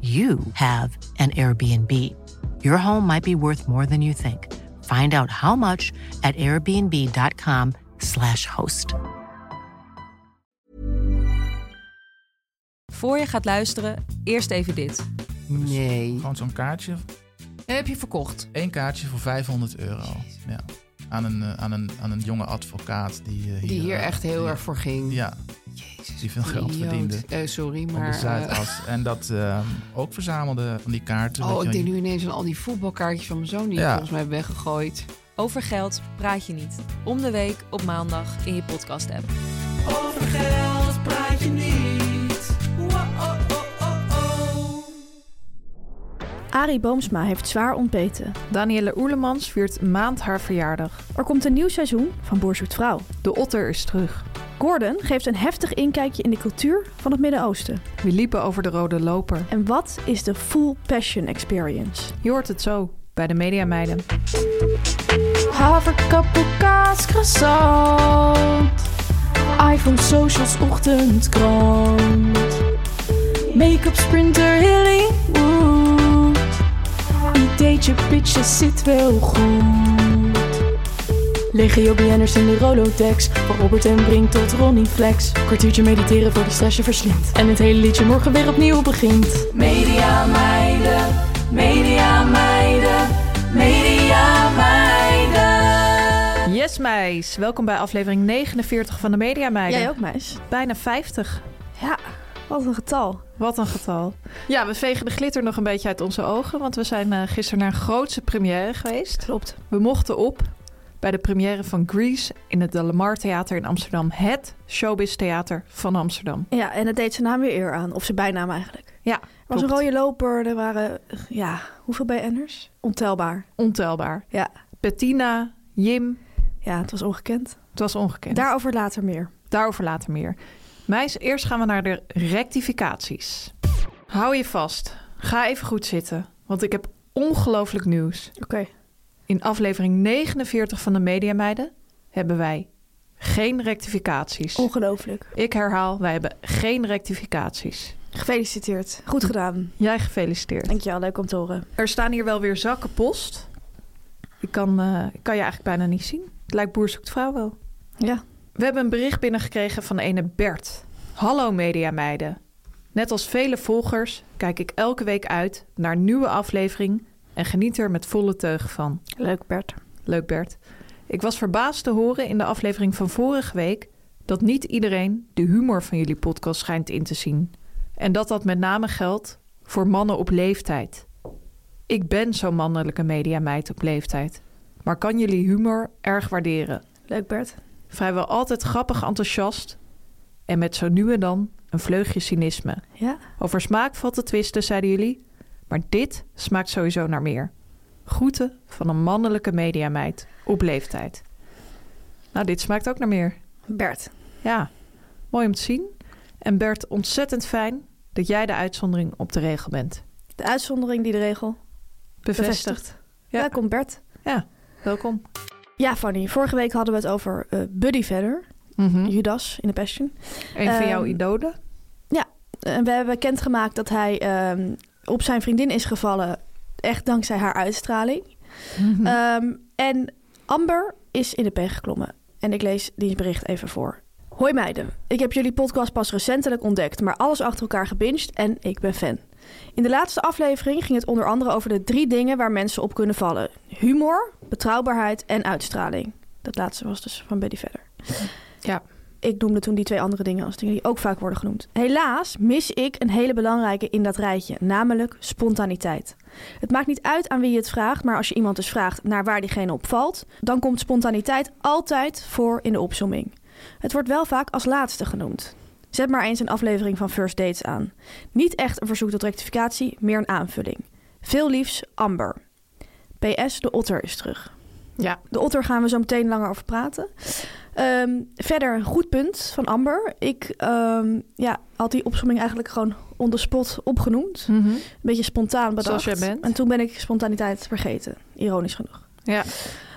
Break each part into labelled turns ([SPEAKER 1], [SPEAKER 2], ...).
[SPEAKER 1] you have an Airbnb. Your home might be worth more than you think. Find out how much at airbnb.com/slash host.
[SPEAKER 2] Voor je gaat luisteren, eerst even dit.
[SPEAKER 3] Nee.
[SPEAKER 4] Gewoon zo'n kaartje.
[SPEAKER 3] Heb je verkocht?
[SPEAKER 4] Eén kaartje voor 500 euro. Ja. Aan, een, eh, aan, een, aan een jonge advocaat die eh, hier...
[SPEAKER 3] Die hier
[SPEAKER 4] eh,
[SPEAKER 3] echt heel
[SPEAKER 4] die-
[SPEAKER 3] erg voor ging.
[SPEAKER 4] Ja,
[SPEAKER 3] Jezus,
[SPEAKER 4] die veel geld
[SPEAKER 3] idioot.
[SPEAKER 4] verdiende.
[SPEAKER 3] Eh, sorry,
[SPEAKER 4] Op
[SPEAKER 3] maar...
[SPEAKER 4] de
[SPEAKER 3] eh,
[SPEAKER 4] Zuidas. En dat eh, ook verzamelde van die kaarten.
[SPEAKER 3] oh,
[SPEAKER 4] Weet je
[SPEAKER 3] ik
[SPEAKER 4] wel,
[SPEAKER 3] denk nu ineens aan al die voetbalkaartjes van mijn zoon die ik
[SPEAKER 4] Ja.
[SPEAKER 3] volgens mij heb weggegooid.
[SPEAKER 2] Over geld praat je niet. Om de week op maandag in je podcast-app.
[SPEAKER 5] Arie Boomsma heeft zwaar ontbeten.
[SPEAKER 6] Danielle Oerlemans viert een maand haar verjaardag.
[SPEAKER 5] Er komt een nieuw seizoen van Boer Zoekt Vrouw.
[SPEAKER 6] De otter is terug.
[SPEAKER 5] Gordon geeft een heftig inkijkje in de cultuur van het Midden-Oosten.
[SPEAKER 6] We liepen over de rode loper.
[SPEAKER 5] En wat is de Full Passion Experience?
[SPEAKER 6] Je hoort het zo bij de Media Meiden.
[SPEAKER 7] Haverkappelkaas, croissant. iPhone, socials, ochtendkrant. Make-up, sprinter, Hollywood. Ideetje, pitches, zit wel goed. Legio BN'ers in de Rolodex. Van Robert en Brink tot Ronnie Flex. Kwartiertje mediteren voor die stress je verslindt. En het hele liedje morgen weer opnieuw begint. Media meiden, media meiden, media meiden.
[SPEAKER 6] Yes, meis. Welkom bij aflevering 49 van de Media Meiden.
[SPEAKER 5] Jij ook, meis?
[SPEAKER 6] Bijna 50.
[SPEAKER 5] Ja, wat een getal.
[SPEAKER 6] Wat een getal. Ja, we vegen de glitter nog een beetje uit onze ogen, want we zijn eh, gisteren naar een grootse première geweest.
[SPEAKER 5] Klopt.
[SPEAKER 6] We mochten op bij de première van Grease in het Delamar Theater in Amsterdam. Het showbiz theater van Amsterdam.
[SPEAKER 5] Ja, en het deed zijn naam weer eer aan. Of zijn bijnaam eigenlijk.
[SPEAKER 6] Ja,
[SPEAKER 5] Er was een
[SPEAKER 6] klopt.
[SPEAKER 5] rode loper, er waren... Ja, hoeveel BN'ers? Ontelbaar.
[SPEAKER 6] Ontelbaar.
[SPEAKER 5] Ja.
[SPEAKER 6] Bettina, Jim,
[SPEAKER 5] Ja, het was ongekend.
[SPEAKER 6] het was ongekend.
[SPEAKER 5] Daarover later meer.
[SPEAKER 6] Daarover later meer. Meis, eerst gaan we naar de rectificaties. Hou je vast. Ga even goed zitten, want ik heb ongelooflijk nieuws.
[SPEAKER 5] Oké.
[SPEAKER 6] In aflevering 49 van de Media Meiden hebben wij geen rectificaties.
[SPEAKER 5] Ongelooflijk.
[SPEAKER 6] Ik herhaal, wij hebben geen rectificaties.
[SPEAKER 5] Gefeliciteerd. Goed gedaan.
[SPEAKER 6] Jij gefeliciteerd.
[SPEAKER 5] Dankjewel, leuk om te horen.
[SPEAKER 6] Er staan hier wel weer zakken post. Ik kan, eh, ik kan je eigenlijk bijna niet zien. Het lijkt boer zoekt vrouw wel.
[SPEAKER 5] Ja.
[SPEAKER 6] We hebben een bericht binnengekregen van ene Bert. Hallo mediameiden. Net als vele volgers kijk ik elke week uit naar een nieuwe aflevering en geniet er met volle teug van.
[SPEAKER 5] Leuk, Bert.
[SPEAKER 6] Leuk Bert. Ik was verbaasd te horen in de aflevering van vorige week dat niet iedereen de humor van jullie podcast schijnt in te zien. En dat dat met name geldt voor mannen op leeftijd. Ik ben zo'n mannelijke mediameid op leeftijd, maar kan jullie humor erg waarderen
[SPEAKER 5] Leuk, Bert.
[SPEAKER 6] vrijwel altijd grappig enthousiast en met zo nu en dan een vleugje cynisme.
[SPEAKER 5] Ja.
[SPEAKER 6] Over smaak valt te twisten, zeiden jullie, maar dit smaakt sowieso naar meer. Groeten van een mannelijke mediameid op leeftijd. Nou, dit smaakt ook naar meer.
[SPEAKER 5] Bert.
[SPEAKER 6] Ja, mooi om te zien. En Bert, ontzettend fijn dat jij de uitzondering op de regel bent.
[SPEAKER 5] De uitzondering die de regel.
[SPEAKER 6] Bevestigd. Ja.
[SPEAKER 5] Welkom Bert.
[SPEAKER 6] Welkom.
[SPEAKER 5] Ja, Fanny. Vorige week hadden we het over eh, Buddy verder. Hm. Judas in de Passion.
[SPEAKER 6] Een van
[SPEAKER 5] Ehm,
[SPEAKER 6] Mhm. jouw idolen?
[SPEAKER 5] En we hebben bekendgemaakt dat hij ehm, op zijn vriendin is gevallen. Echt dankzij haar uitstraling.
[SPEAKER 6] Mhm.
[SPEAKER 5] Ehm, en Amber is in de pen geklommen. En ik lees die bericht even voor. Hoi meiden, ik heb jullie podcast pas recentelijk ontdekt, maar alles achter elkaar gebinged en ik ben fan. In de laatste aflevering ging het onder andere over de drie dingen waar mensen op kunnen vallen: humor, betrouwbaarheid en uitstraling. Dat laatste was dus van Betty verder.
[SPEAKER 6] Ja.
[SPEAKER 5] Ik noemde toen die twee andere dingen als dingen die ook vaak worden genoemd. Helaas mis ik een hele belangrijke in dat rijtje, namelijk spontaniteit. Het maakt niet uit aan wie je het vraagt, maar als je iemand dus vraagt naar waar diegene op valt, dan komt spontaniteit altijd voor in de opzomming. Het wordt wel vaak als laatste genoemd. Zet maar eens een aflevering van First Dates aan. Niet echt een verzoek tot rectificatie, meer een aanvulling. Veel liefs, Amber. PS, de otter is terug.
[SPEAKER 6] Ja.
[SPEAKER 5] De otter gaan we zo meteen langer over praten. Ehm, verder, een goed punt van Amber. Ik ehm, ja, had die opzomming eigenlijk gewoon on the spot opgenoemd.
[SPEAKER 6] Eh,
[SPEAKER 5] Een
[SPEAKER 6] Mhm.
[SPEAKER 5] beetje spontaan bedacht.
[SPEAKER 6] Hm. Zoals jij bent.
[SPEAKER 5] En toen ben ik spontaniteit vergeten, ironisch genoeg.
[SPEAKER 6] Ja.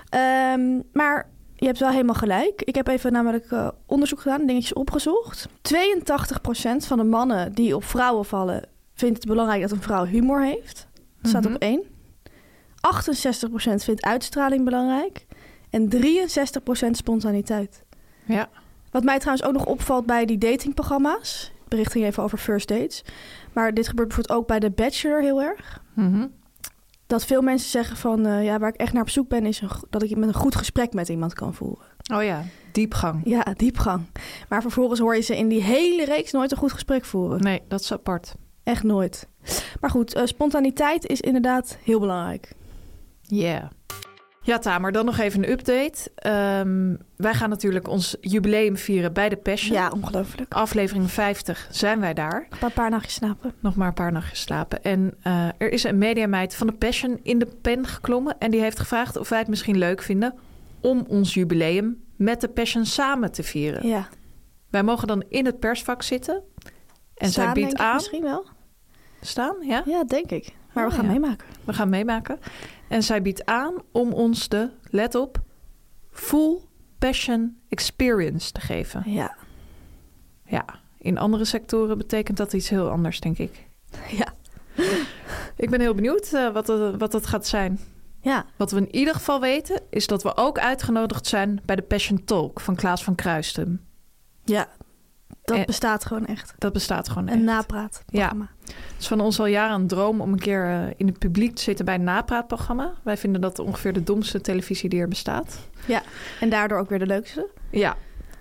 [SPEAKER 5] Ehm, maar je hebt wel helemaal gelijk. Ik heb even namelijk eh, onderzoek gedaan, dingetjes opgezocht. 82% van de mannen die op vrouwen vallen... vindt het belangrijk dat een vrouw humor heeft. Dat staat
[SPEAKER 6] Mhm.
[SPEAKER 5] op één. 68% vindt uitstraling belangrijk. En 63% spontaniteit.
[SPEAKER 6] Ja.
[SPEAKER 5] Wat mij trouwens ook nog opvalt bij die datingprogramma's. Het Bericht ging even over first dates. Maar dit gebeurt bijvoorbeeld ook bij The Bachelor heel erg.
[SPEAKER 6] Mhm.
[SPEAKER 5] Dat veel mensen zeggen van... eh, ja, waar ik echt naar op zoek ben... is een, go- dat ik met een goed gesprek met iemand kan voeren.
[SPEAKER 6] Oh ja, diepgang.
[SPEAKER 5] Ja, diepgang. Maar vervolgens hoor je ze in die hele reeks nooit een goed gesprek voeren.
[SPEAKER 6] Nee, dat is apart.
[SPEAKER 5] Echt nooit. Maar goed, eh, spontaniteit is inderdaad heel belangrijk.
[SPEAKER 6] Yeah. Ja, Tamer, dan nog even een update. Ehm, wij gaan natuurlijk ons jubileum vieren bij de Passion.
[SPEAKER 5] Ja, ongelooflijk.
[SPEAKER 6] Aflevering 50 zijn wij daar.
[SPEAKER 5] Een paar, paar nachtjes slapen.
[SPEAKER 6] Nog maar een paar nachtjes slapen. En eh, er is een mediameid van de Passion in de pen geklommen. En die heeft gevraagd of wij het misschien leuk vinden om ons jubileum met de Passion samen te vieren.
[SPEAKER 5] Ja.
[SPEAKER 6] Wij mogen dan in het persvak zitten. En zij
[SPEAKER 5] Staan,
[SPEAKER 6] biedt
[SPEAKER 5] denk ik,
[SPEAKER 6] aan.
[SPEAKER 5] Misschien wel.
[SPEAKER 6] Staan, ja?
[SPEAKER 5] Ja, denk ik. Maar
[SPEAKER 6] Oh,
[SPEAKER 5] we gaan
[SPEAKER 6] ja.
[SPEAKER 5] meemaken.
[SPEAKER 6] We gaan meemaken. En zij biedt aan om ons de, let op, full passion experience te geven.
[SPEAKER 5] Ja.
[SPEAKER 6] Ja, in andere sectoren betekent dat iets heel anders, denk ik.
[SPEAKER 5] Ja.
[SPEAKER 6] Ik ben heel benieuwd eh, wat, dat- wat dat gaat zijn.
[SPEAKER 5] Ja.
[SPEAKER 6] Wat we in ieder geval weten, is dat we ook uitgenodigd zijn bij de Passion Talk van Klaas van Kruistum.
[SPEAKER 5] Ja. Dat
[SPEAKER 6] En-
[SPEAKER 5] bestaat gewoon echt.
[SPEAKER 6] Dat bestaat gewoon
[SPEAKER 5] Een
[SPEAKER 6] echt.
[SPEAKER 5] napraatprogramma.
[SPEAKER 6] Het is van ons al jaren een droom om een keer eh, in het publiek te zitten bij een napraatprogramma. Wij vinden dat ongeveer de domste televisie die er bestaat.
[SPEAKER 5] En daardoor ook weer de leukste.
[SPEAKER 6] Ja.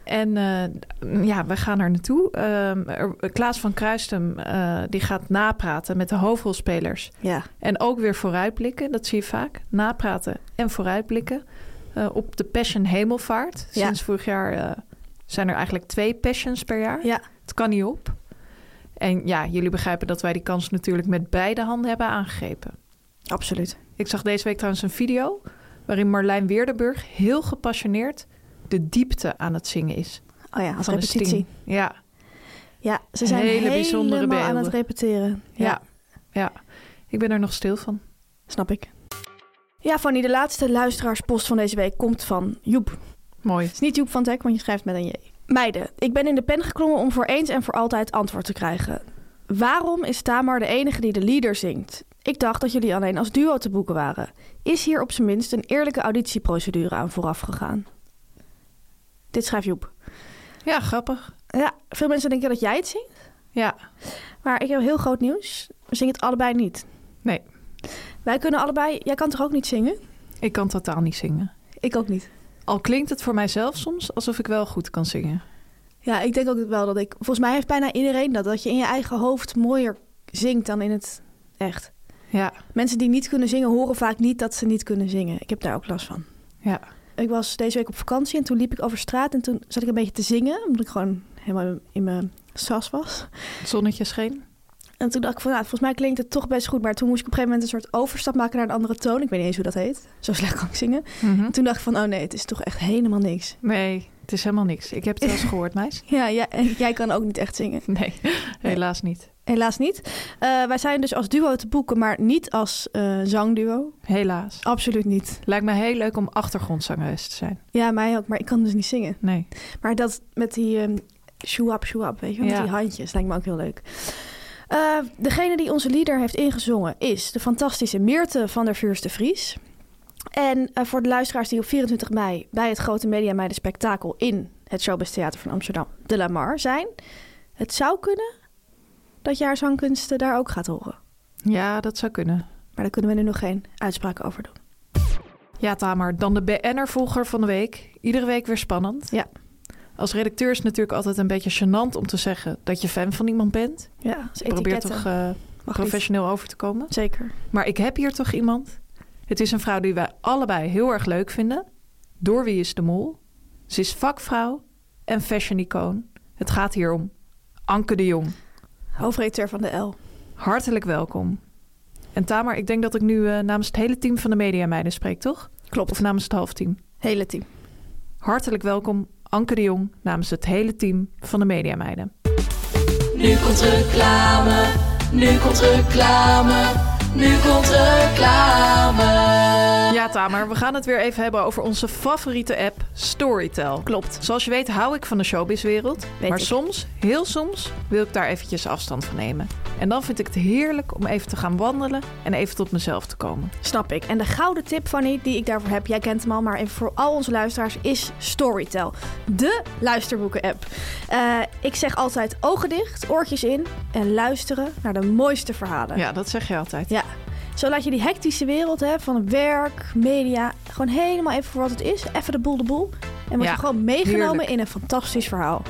[SPEAKER 6] En eh, ja, we gaan er naartoe. Ehm, er- Klaas van Kruistem eh, die gaat napraten met de hoofdrolspelers.
[SPEAKER 5] Ja.
[SPEAKER 6] En ook weer vooruitblikken, dat zie je vaak. Napraten en vooruitblikken. Eh, op de Passion Hemelvaart.
[SPEAKER 5] Ja.
[SPEAKER 6] Sinds vorig jaar eh, zijn er eigenlijk twee Passions per jaar.
[SPEAKER 5] Ja.
[SPEAKER 6] Het kan niet op. En ja, jullie begrijpen dat wij die kans natuurlijk met beide handen hebben aangegrepen.
[SPEAKER 5] Absoluut.
[SPEAKER 6] Ik zag deze week trouwens een video waarin Marlijn Weerdenburg heel gepassioneerd de diepte aan het zingen is.
[SPEAKER 5] Oh ja, als
[SPEAKER 6] Van de
[SPEAKER 5] repetitie.
[SPEAKER 6] Sting. Ja,
[SPEAKER 5] Ja, ze zijn
[SPEAKER 6] Hele bijzondere
[SPEAKER 5] helemaal aan
[SPEAKER 6] beelden.
[SPEAKER 5] het repeteren.
[SPEAKER 6] ja, ja, Ik ben er nog stil van.
[SPEAKER 5] Snap ik. Ja, Fanny, de laatste luisteraarspost van deze week komt van Joep.
[SPEAKER 6] Mooi.
[SPEAKER 5] Het is niet Joep van Teck, want je schrijft met een J. Meiden, ik ben in de pen geklommen om voor eens en voor altijd antwoord te krijgen. Waarom is Tamar de enige die de leader zingt? Ik dacht dat jullie alleen als duo te boeken waren. Is hier op zijn minst een eerlijke auditieprocedure aan vooraf gegaan? Dit schrijft Joep.
[SPEAKER 6] Ja, grappig.
[SPEAKER 5] Ja, veel mensen denken dat jij het zingt,
[SPEAKER 6] Ja,
[SPEAKER 5] maar ik heb heel groot nieuws. We zingen het allebei niet.
[SPEAKER 6] Nee.
[SPEAKER 5] Wij kunnen allebei... Jij kan toch ook niet zingen?
[SPEAKER 6] ik kan totaal niet zingen.
[SPEAKER 5] Ik ook niet.
[SPEAKER 6] Al klinkt het voor mijzelf soms alsof ik wel goed kan zingen.
[SPEAKER 5] Ja, ik denk ook wel dat ik... Volgens mij heeft bijna iedereen dat. Dat je in je eigen hoofd mooier zingt dan in het echt.
[SPEAKER 6] Ja,
[SPEAKER 5] Mensen die niet kunnen zingen horen vaak niet dat ze niet kunnen zingen. Ik heb daar ook last van.
[SPEAKER 6] Ja.
[SPEAKER 5] Ik was deze week op vakantie en toen liep ik over straat en toen zat ik een beetje te zingen. Omdat ik gewoon helemaal in mijn sas was.
[SPEAKER 6] het zonnetje scheen.
[SPEAKER 5] En toen dacht ik van, nou, volgens mij klinkt het toch best goed. Maar toen moest ik op een gegeven moment een soort overstap maken naar een andere toon. Ik weet niet eens hoe dat heet. Zo slecht kan ik zingen.
[SPEAKER 6] Mhm.
[SPEAKER 5] En toen dacht ik van, oh nee, het is toch echt helemaal niks.
[SPEAKER 6] Nee, het is helemaal niks. Ik heb het wel eens gehoord, meis.
[SPEAKER 5] Ja, ja en jij kan ook niet echt zingen.
[SPEAKER 6] Nee, helaas niet.
[SPEAKER 5] Helaas niet. Eh, wij zijn dus als duo te boeken, maar niet als eh, zangduo.
[SPEAKER 6] Helaas.
[SPEAKER 5] Absoluut niet.
[SPEAKER 6] Lijkt me heel leuk om achtergrondzangeres te zijn.
[SPEAKER 5] Ja, mij ook, maar ik kan dus niet zingen.
[SPEAKER 6] Nee.
[SPEAKER 5] Maar dat met die ehm shoe-up, shoe-up, weet je wel,
[SPEAKER 6] Ja.
[SPEAKER 5] met die handjes, lijkt me ook heel leuk. Eh, degene die onze lieder heeft ingezongen is de fantastische Meerte van der Vuurste Vries. En eh, voor de luisteraars die op 24 mei bij het grote Media Meiden Spektakel in het Showbiz Theater van Amsterdam, De Lamar, zijn. Het zou kunnen dat je haar zangkunsten daar ook gaat horen.
[SPEAKER 6] Ja, dat zou kunnen.
[SPEAKER 5] Maar daar kunnen we nu nog geen uitspraak over doen.
[SPEAKER 6] Ja, Tamar, dan de BN'er-volger van de week. Iedere week weer spannend.
[SPEAKER 5] Ja.
[SPEAKER 6] Als redacteur is het natuurlijk altijd een beetje gênant om te zeggen dat je fan van iemand bent.
[SPEAKER 5] Ja, dat is
[SPEAKER 6] Ik probeer
[SPEAKER 5] etiketten.
[SPEAKER 6] toch eh,
[SPEAKER 5] Mag
[SPEAKER 6] professioneel over te komen.
[SPEAKER 5] niet. Zeker.
[SPEAKER 6] Maar ik heb hier toch iemand. Het is een vrouw die wij allebei heel erg leuk vinden. Door wie is de mol? Ze is vakvrouw en fashion-icoon. Het gaat hier om Anke de Jong.
[SPEAKER 5] Hoofdredacteur van de L.
[SPEAKER 6] Hartelijk welkom. En Tamar, ik denk dat ik nu eh, namens het hele team van de Media Meiden spreek, toch?
[SPEAKER 5] Klopt.
[SPEAKER 6] Of namens het halfteam.
[SPEAKER 5] Hele team.
[SPEAKER 6] Hartelijk welkom Anke de Jong namens het hele team van de Media Meiden.
[SPEAKER 7] Nu komt reclame, nu komt reclame, nu komt reclame.
[SPEAKER 6] Ja, Tamer, we gaan het weer even hebben over onze favoriete app Storytel.
[SPEAKER 5] Klopt.
[SPEAKER 6] Zoals je weet hou ik van de showbizwereld,
[SPEAKER 5] Weet
[SPEAKER 6] maar
[SPEAKER 5] ik.
[SPEAKER 6] soms, heel soms, wil ik daar eventjes afstand van nemen. En dan vind ik het heerlijk om even te gaan wandelen en even tot mezelf te komen.
[SPEAKER 5] Snap ik. En de gouden tip, Fanny, die ik daarvoor heb, jij kent hem al, maar even voor al onze luisteraars, is Storytel. De luisterboeken-app. Eh, ik zeg altijd ogen dicht, oortjes in en luisteren naar de mooiste verhalen.
[SPEAKER 6] Ja, dat zeg je altijd.
[SPEAKER 5] Ja. Zo laat je die hectische wereld hè, van werk, media, gewoon helemaal even voor wat het is. Even de boel de boel. En word
[SPEAKER 6] Ja,
[SPEAKER 5] je gewoon meegenomen
[SPEAKER 6] heerlijk.
[SPEAKER 5] in een fantastisch verhaal.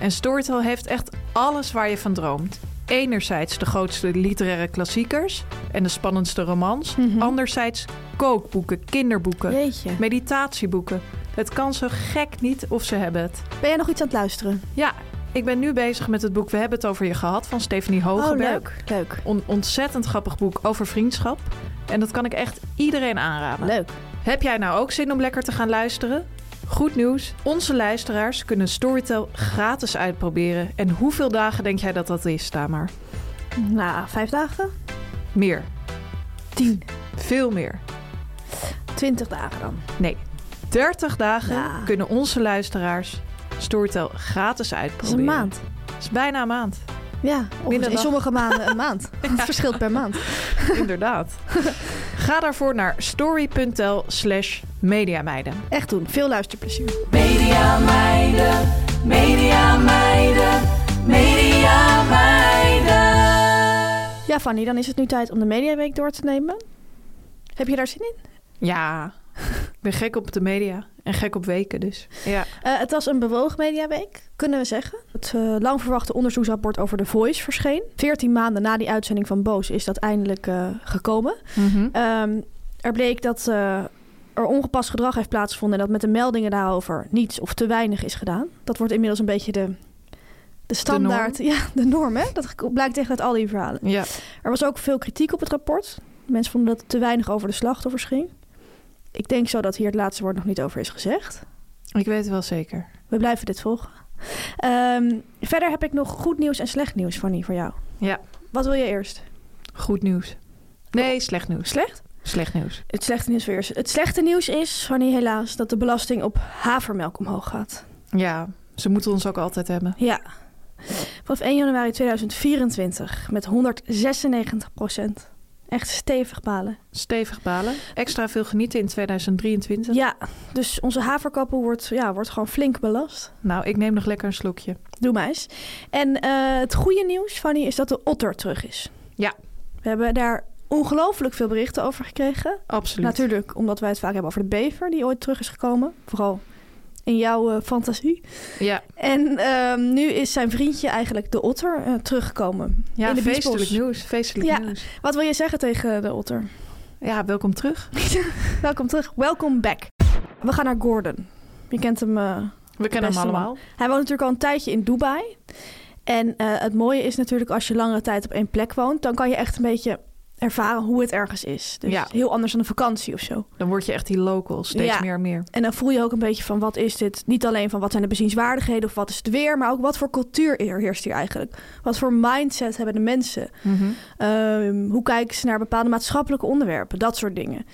[SPEAKER 6] En Storytel heeft echt alles waar je van droomt. Enerzijds de grootste literaire klassiekers en de spannendste romans. Anderzijds kookboeken, kinderboeken,
[SPEAKER 5] Mhm. Jeetje.
[SPEAKER 6] meditatieboeken. Het kan zo gek niet of ze hebben het.
[SPEAKER 5] Ben jij nog iets aan het luisteren?
[SPEAKER 6] Ja, ik ben nu bezig met het boek We hebben het over je gehad van Stephanie
[SPEAKER 5] oh,
[SPEAKER 6] Hogenberg.
[SPEAKER 5] leuk. Leuk.
[SPEAKER 6] Een ontzettend grappig boek over vriendschap. En dat kan ik echt iedereen aanraden.
[SPEAKER 5] Leuk.
[SPEAKER 6] Heb jij nou ook zin om lekker te gaan luisteren? Goed nieuws, onze luisteraars kunnen Storytel gratis uitproberen. En hoeveel dagen denk jij dat dat is, Tamar?
[SPEAKER 5] Nou, vijf dagen?
[SPEAKER 6] Meer,
[SPEAKER 5] Tien.
[SPEAKER 6] veel meer.
[SPEAKER 5] Twintig dagen dan.
[SPEAKER 6] Nee, 30 dagen
[SPEAKER 5] Ja.
[SPEAKER 6] kunnen onze luisteraars Storytel gratis
[SPEAKER 5] Dat is een
[SPEAKER 6] uitproberen.
[SPEAKER 5] maand.
[SPEAKER 6] Dat is bijna een maand,
[SPEAKER 5] Ja, of
[SPEAKER 6] Minder
[SPEAKER 5] in
[SPEAKER 6] dan-
[SPEAKER 5] sommige maanden een maand. Het verschilt per maand.
[SPEAKER 6] inderdaad. Ga daarvoor naar story.tel slash mediameiden.
[SPEAKER 5] Echt doen. Veel luisterplezier.
[SPEAKER 7] Media meiden, media meiden, media meiden.
[SPEAKER 5] Ja, Fanny, dan is het nu tijd om de Mediaweek door te nemen. Heb je daar zin in?
[SPEAKER 6] Ja, ik ben gek op de media en gek op weken dus. Ja.
[SPEAKER 5] Eh, het was een bewogen Mediaweek, kunnen we zeggen. Het eh, lang verwachte onderzoeksrapport over The Voice verscheen. Veertien maanden na die uitzending van Boos is dat eindelijk eh, gekomen. Ehm, er bleek dat eh, er ongepast gedrag heeft plaatsgevonden... en dat met de meldingen daarover niets of te weinig is gedaan. Dat wordt inmiddels een beetje de, de standaard... ja, de norm, hè? Dat blijkt echt uit al die verhalen.
[SPEAKER 6] Ja.
[SPEAKER 5] Er was ook veel kritiek op het rapport. Mensen vonden dat het te weinig over de slachtoffers ging. Ik denk zo dat hier het laatste woord nog niet over is gezegd.
[SPEAKER 6] Ik weet het wel zeker.
[SPEAKER 5] We blijven dit volgen. Ehm, verder heb ik nog goed nieuws en slecht nieuws, Fanny, voor jou.
[SPEAKER 6] Ja.
[SPEAKER 5] Wat wil je eerst?
[SPEAKER 6] Goed nieuws. Nee, slecht nieuws.
[SPEAKER 5] Slecht?
[SPEAKER 6] Slecht nieuws.
[SPEAKER 5] Het slechte nieuws weer eerst. Het slechte nieuws is, Fanny, helaas, dat de belasting op havermelk omhoog gaat.
[SPEAKER 6] Ja, ze moeten ons ook altijd hebben.
[SPEAKER 5] Ja. Vanaf 1 januari 2024 met 196 procent. Echt stevig balen.
[SPEAKER 6] Stevig balen. Extra veel genieten in 2023.
[SPEAKER 5] Ja, dus onze haverkappel wordt, ja, wordt gewoon flink belast.
[SPEAKER 6] Nou, ik neem nog lekker een slokje.
[SPEAKER 5] Doe maar eens. En eh, het goede nieuws, Fanny, is dat de otter terug is.
[SPEAKER 6] Ja.
[SPEAKER 5] We hebben daar ongelooflijk veel berichten over gekregen.
[SPEAKER 6] Absoluut.
[SPEAKER 5] Natuurlijk, omdat wij het vaak hebben over de bever die ooit terug is gekomen. Vooral in jouw eh, fantasie.
[SPEAKER 6] Ja,
[SPEAKER 5] En ehm, nu is zijn vriendje eigenlijk de otter eh, teruggekomen.
[SPEAKER 6] ja
[SPEAKER 5] in de
[SPEAKER 6] feestelijk
[SPEAKER 5] biesbos.
[SPEAKER 6] nieuws. Feestelijk
[SPEAKER 5] Ja.
[SPEAKER 6] nieuws.
[SPEAKER 5] Wat wil je zeggen tegen de otter?
[SPEAKER 6] Ja, welkom terug.
[SPEAKER 5] Welkom terug. Welcome back. We gaan naar Gordon. Je kent hem. eh,
[SPEAKER 6] We kennen hem
[SPEAKER 5] Beste man.
[SPEAKER 6] allemaal.
[SPEAKER 5] Hij woont natuurlijk al een tijdje in Dubai. En eh, het mooie is natuurlijk als je langere tijd op één plek woont, dan kan je echt een beetje ervaren hoe het ergens is. Dus
[SPEAKER 6] Ja.
[SPEAKER 5] heel anders dan een vakantie of zo.
[SPEAKER 6] Dan word je echt die local. Steeds
[SPEAKER 5] Ja.
[SPEAKER 6] meer en meer.
[SPEAKER 5] En dan voel je ook een beetje van wat is dit? Niet alleen van wat zijn de bezienswaardigheden of wat is het weer, maar ook wat voor cultuur er heerst hier eigenlijk? Wat voor mindset hebben de mensen?
[SPEAKER 6] Mhm.
[SPEAKER 5] Ehm, hoe kijken ze naar bepaalde maatschappelijke onderwerpen? Dat soort dingen.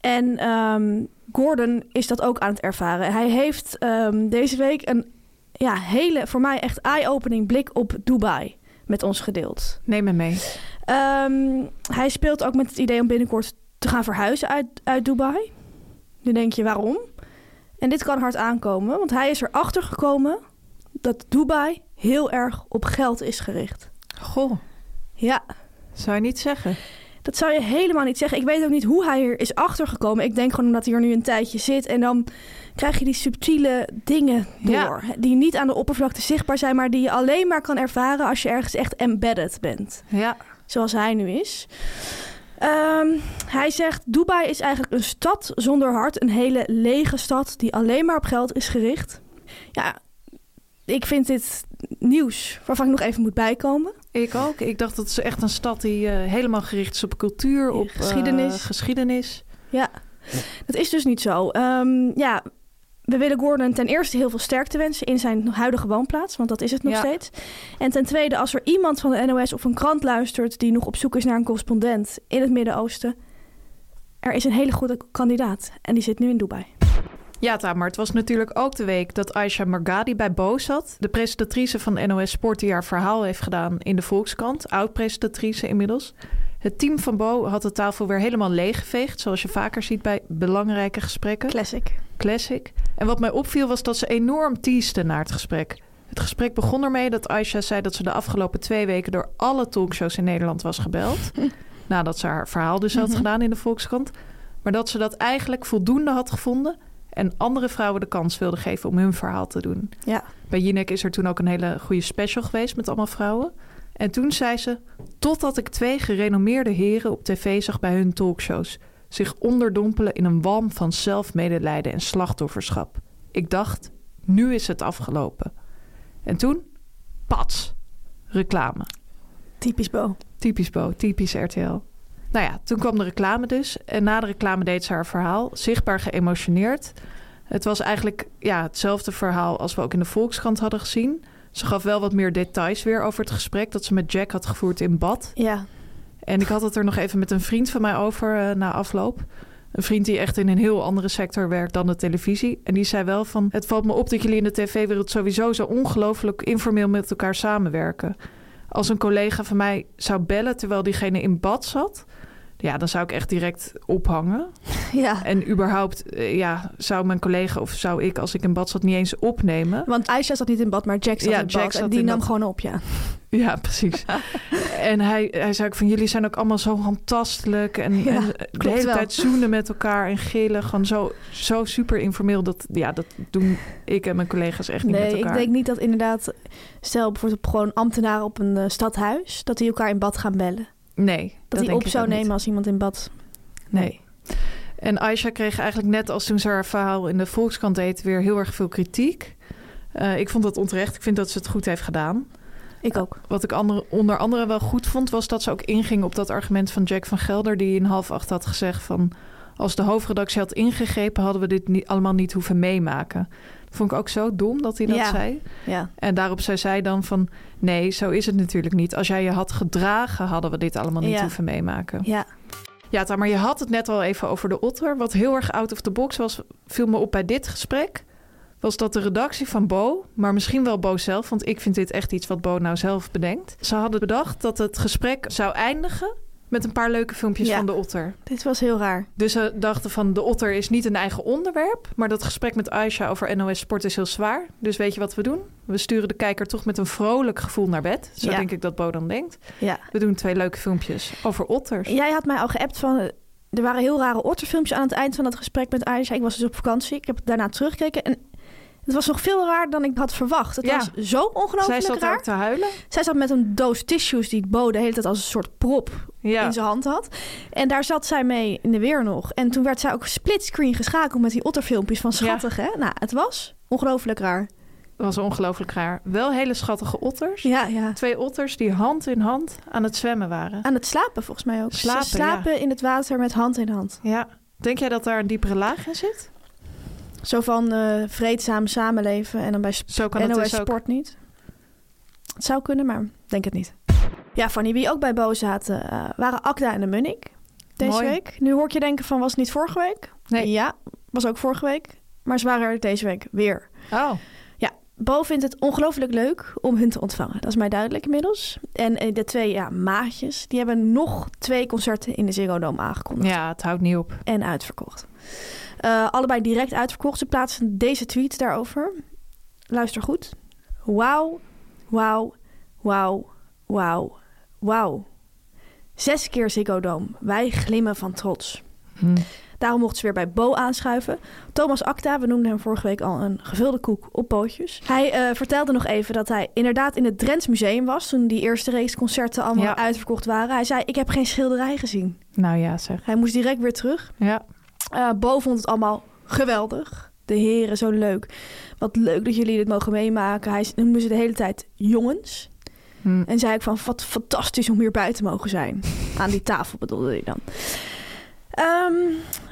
[SPEAKER 5] En ehm, Gordon is dat ook aan het ervaren. Hij heeft ehm, deze week een ja, hele, voor mij echt eye-opening blik op Dubai met ons gedeeld.
[SPEAKER 6] Neem me mee.
[SPEAKER 5] Ehm, hij speelt ook met het idee om binnenkort te gaan verhuizen uit, uit Dubai. Nu denk je waarom? En dit kan hard aankomen, want hij is erachter gekomen dat Dubai heel erg op geld is gericht.
[SPEAKER 6] Goh,
[SPEAKER 5] Ja,
[SPEAKER 6] Zou je niet zeggen?
[SPEAKER 5] dat zou je helemaal niet zeggen. Ik weet ook niet hoe hij er is achtergekomen. Ik denk gewoon omdat hij er nu een tijdje zit. En dan krijg je die subtiele dingen
[SPEAKER 6] Ja.
[SPEAKER 5] door. Die niet aan de oppervlakte zichtbaar zijn, maar die je alleen maar kan ervaren als je ergens echt embedded bent.
[SPEAKER 6] Ja.
[SPEAKER 5] Zoals hij nu is. Ehm, hij zegt: Dubai is eigenlijk een stad zonder hart. Een hele lege stad die alleen maar op geld is gericht. Ja, ik vind dit nieuws waarvan ik nog even moet bijkomen.
[SPEAKER 6] Ik ook. Ik dacht dat is echt een stad die eh, helemaal gericht is op cultuur, op eh,
[SPEAKER 5] geschiedenis.
[SPEAKER 6] geschiedenis.
[SPEAKER 5] Ja, dat is dus niet zo. Ehm, ja, we willen Gordon ten eerste heel veel sterkte wensen in zijn huidige woonplaats, want dat is het nog
[SPEAKER 6] Ja.
[SPEAKER 5] steeds. En ten tweede, als er iemand van de NOS of een krant luistert die nog op zoek is naar een correspondent in het Midden-Oosten, er is een hele goede kandidaat en die zit nu in Dubai.
[SPEAKER 6] Ja, Tamar, het was natuurlijk ook de week dat Aisha Margadi bij Bo zat. De presentatrice van NOS Sport die haar verhaal heeft gedaan in de Volkskrant. Oud-presentatrice inmiddels. Het team van Bo had de tafel weer helemaal leeggeveegd. Zoals je vaker ziet bij belangrijke gesprekken.
[SPEAKER 5] Classic.
[SPEAKER 6] Classic. En wat mij opviel was dat ze enorm teaste naar het gesprek. Het gesprek begon ermee dat Aisha zei dat ze de afgelopen twee weken door alle talkshows in Nederland was gebeld. nadat ze haar verhaal dus had gedaan in de Volkskrant. Maar dat ze dat eigenlijk voldoende had gevonden en andere vrouwen de kans wilde geven om hun verhaal te doen.
[SPEAKER 5] Ja.
[SPEAKER 6] Bij Jinek is er toen ook een hele goede special geweest met allemaal vrouwen. En toen zei ze, totdat ik twee gerenommeerde heren op tv zag bij hun talkshows. Zich onderdompelen in een walm van zelfmedelijden en slachtofferschap. Ik dacht, nu is het afgelopen. En toen, pats, reclame.
[SPEAKER 5] Typisch Bo.
[SPEAKER 6] Typisch Bo, typisch RTL. Nou ja, toen kwam de reclame dus. En na de reclame deed ze haar verhaal, zichtbaar geëmotioneerd. Het was eigenlijk ja, hetzelfde verhaal als we ook in de Volkskrant hadden gezien. Ze gaf wel wat meer details weer over het gesprek dat ze met Jack had gevoerd in bad.
[SPEAKER 5] Ja.
[SPEAKER 6] En ik had het er nog even met een vriend van mij over eh, na afloop. Een vriend die echt in een heel andere sector werkt dan de televisie. En die zei wel van... het valt me op dat jullie in de tv-wereld sowieso zo ongelooflijk informeel met elkaar samenwerken. Als een collega van mij zou bellen terwijl diegene in bad zat... ja, dan zou ik echt direct ophangen.
[SPEAKER 5] Ja.
[SPEAKER 6] En überhaupt, eh, ja, zou mijn collega of zou ik als ik in bad zat niet eens opnemen...
[SPEAKER 5] Want Aisha zat niet in bad, maar Jack zat
[SPEAKER 6] Ja,
[SPEAKER 5] in bad.
[SPEAKER 6] Jack
[SPEAKER 5] en
[SPEAKER 6] zat
[SPEAKER 5] die
[SPEAKER 6] in
[SPEAKER 5] nam
[SPEAKER 6] bad.
[SPEAKER 5] gewoon op, ja.
[SPEAKER 6] Ja, precies. en hij, hij zei ook van jullie zijn ook allemaal zo handtastelijk. En,
[SPEAKER 5] Ja,
[SPEAKER 6] en eh, de
[SPEAKER 5] klopt
[SPEAKER 6] hele
[SPEAKER 5] wel.
[SPEAKER 6] tijd zoenen met elkaar en gillen. Gewoon zo, zo super informeel. Dat, ja, dat doen ik en mijn collega's echt niet met
[SPEAKER 5] Nee, ik
[SPEAKER 6] elkaar.
[SPEAKER 5] denk niet dat inderdaad, stel bijvoorbeeld gewoon ambtenaren op een eh, stadhuis, dat die elkaar in bad gaan bellen.
[SPEAKER 6] nee,
[SPEAKER 5] Dat, hij
[SPEAKER 6] denk
[SPEAKER 5] op
[SPEAKER 6] ik
[SPEAKER 5] zou
[SPEAKER 6] ook niet.
[SPEAKER 5] nemen als iemand in bad.
[SPEAKER 6] Nee. En Aisha kreeg eigenlijk net als toen ze haar verhaal in de Volkskrant deed... weer heel erg veel kritiek. Eh, ik vond dat onterecht. Ik vind dat ze het goed heeft gedaan.
[SPEAKER 5] Ik ook.
[SPEAKER 6] Wat ik andere, onder andere wel goed vond, was dat ze ook inging op dat argument van Jack van Gelder, die in half acht had gezegd van als de hoofdredactie had ingegrepen, hadden we dit niet, allemaal niet hoeven meemaken. Dat vond ik ook zo dom dat hij dat
[SPEAKER 5] Ja.
[SPEAKER 6] zei.
[SPEAKER 5] Ja.
[SPEAKER 6] En daarop zei zij dan van nee, zo is het natuurlijk niet. Als jij je had gedragen, hadden we dit allemaal niet
[SPEAKER 5] Ja.
[SPEAKER 6] hoeven meemaken.
[SPEAKER 5] Ja.
[SPEAKER 6] Ja, maar je had het net al even over de otter. Wat heel erg out of the box was, viel me op bij dit gesprek... was dat de redactie van Bo, maar misschien wel Bo zelf... want ik vind dit echt iets wat Bo nou zelf bedenkt. Ze hadden bedacht dat het gesprek zou eindigen... met een paar leuke filmpjes
[SPEAKER 5] Ja.
[SPEAKER 6] van de otter.
[SPEAKER 5] Dit was heel raar.
[SPEAKER 6] Dus ze dachten van de otter is niet een eigen onderwerp... maar dat gesprek met Aisha over NOS Sport is heel zwaar. Dus weet je wat we doen? We sturen de kijker toch met een vrolijk gevoel naar bed. Zo
[SPEAKER 5] Ja.
[SPEAKER 6] denk ik dat Bo dan denkt.
[SPEAKER 5] Ja.
[SPEAKER 6] We doen twee leuke filmpjes over otters.
[SPEAKER 5] Jij had mij al geappt van... eh, Er waren heel rare otterfilmpjes aan het eind van dat gesprek met Aisha. Ik was dus op vakantie. Ik heb het daarna teruggekeken. En het was nog veel raar dan ik had verwacht. Het
[SPEAKER 6] Ja.
[SPEAKER 5] was zo
[SPEAKER 6] Zij
[SPEAKER 5] ongelooflijk
[SPEAKER 6] zat
[SPEAKER 5] raar.
[SPEAKER 6] ook te huilen.
[SPEAKER 5] Zij zat met een doos tissues die Bo de hele tijd als een soort prop
[SPEAKER 6] Ja.
[SPEAKER 5] in zijn hand had. En daar zat zij mee in de weer nog. En toen werd zij ook splitscreen geschakeld met die otterfilmpjes van schattig, hè? Nou, het was ongelooflijk raar.
[SPEAKER 6] Dat was ongelooflijk raar. Wel hele schattige otters.
[SPEAKER 5] Ja, ja.
[SPEAKER 6] Twee otters die hand in hand aan het zwemmen waren.
[SPEAKER 5] Aan het slapen volgens mij ook. Ze
[SPEAKER 6] Slapen, ja.
[SPEAKER 5] slapen in het water met hand in hand.
[SPEAKER 6] Ja. Denk jij dat daar een diepere laag in zit?
[SPEAKER 5] Zo van eh, vreedzaam samenleven en dan bij sp-
[SPEAKER 6] Zo kan het
[SPEAKER 5] NOS
[SPEAKER 6] dus ook.
[SPEAKER 5] Sport niet. Het zou kunnen, maar denk het niet. Ja, Fanny, wie ook bij Bo zaten, eh, waren Akda en de Munnik deze
[SPEAKER 6] Mooi.
[SPEAKER 5] week. Nu hoor ik je denken van, was het niet vorige week?
[SPEAKER 6] Nee.
[SPEAKER 5] Ja, was ook vorige week. Maar ze waren er deze week weer.
[SPEAKER 6] Oh,
[SPEAKER 5] Bo vindt het ongelooflijk leuk om hun te ontvangen. Dat is mij duidelijk inmiddels. En eh, de twee ja, maatjes, die hebben nog twee concerten in de Ziggo Dome aangekondigd
[SPEAKER 6] ja, het houdt niet op.
[SPEAKER 5] en uitverkocht. Eh, allebei direct uitverkocht. Ze plaatsen deze tweet daarover. Luister goed. Wauw, wauw, wauw, wauw, Wauw. Zes keer Ziggo Dome. Wij glimmen van trots. Daarom mochten ze weer bij Bo aanschuiven. Thomas Acta, we noemden hem vorige week al een gevulde koek op pootjes. Hij eh, vertelde nog even dat hij inderdaad in het Drents Museum was... toen die eerste reeks concerten allemaal
[SPEAKER 6] Ja.
[SPEAKER 5] uitverkocht waren. Hij zei, ik heb geen schilderij gezien.
[SPEAKER 6] Nou ja, zeg.
[SPEAKER 5] Hij moest direct weer terug.
[SPEAKER 6] Ja.
[SPEAKER 5] Eh, Bo vond het allemaal geweldig. De heren, zo leuk. Wat leuk dat jullie dit mogen meemaken. Hij noemde ze de hele tijd jongens.
[SPEAKER 6] Hm.
[SPEAKER 5] En zei ik van, wat fantastisch om hierbij te mogen zijn. Aan die tafel bedoelde hij dan. Ehm,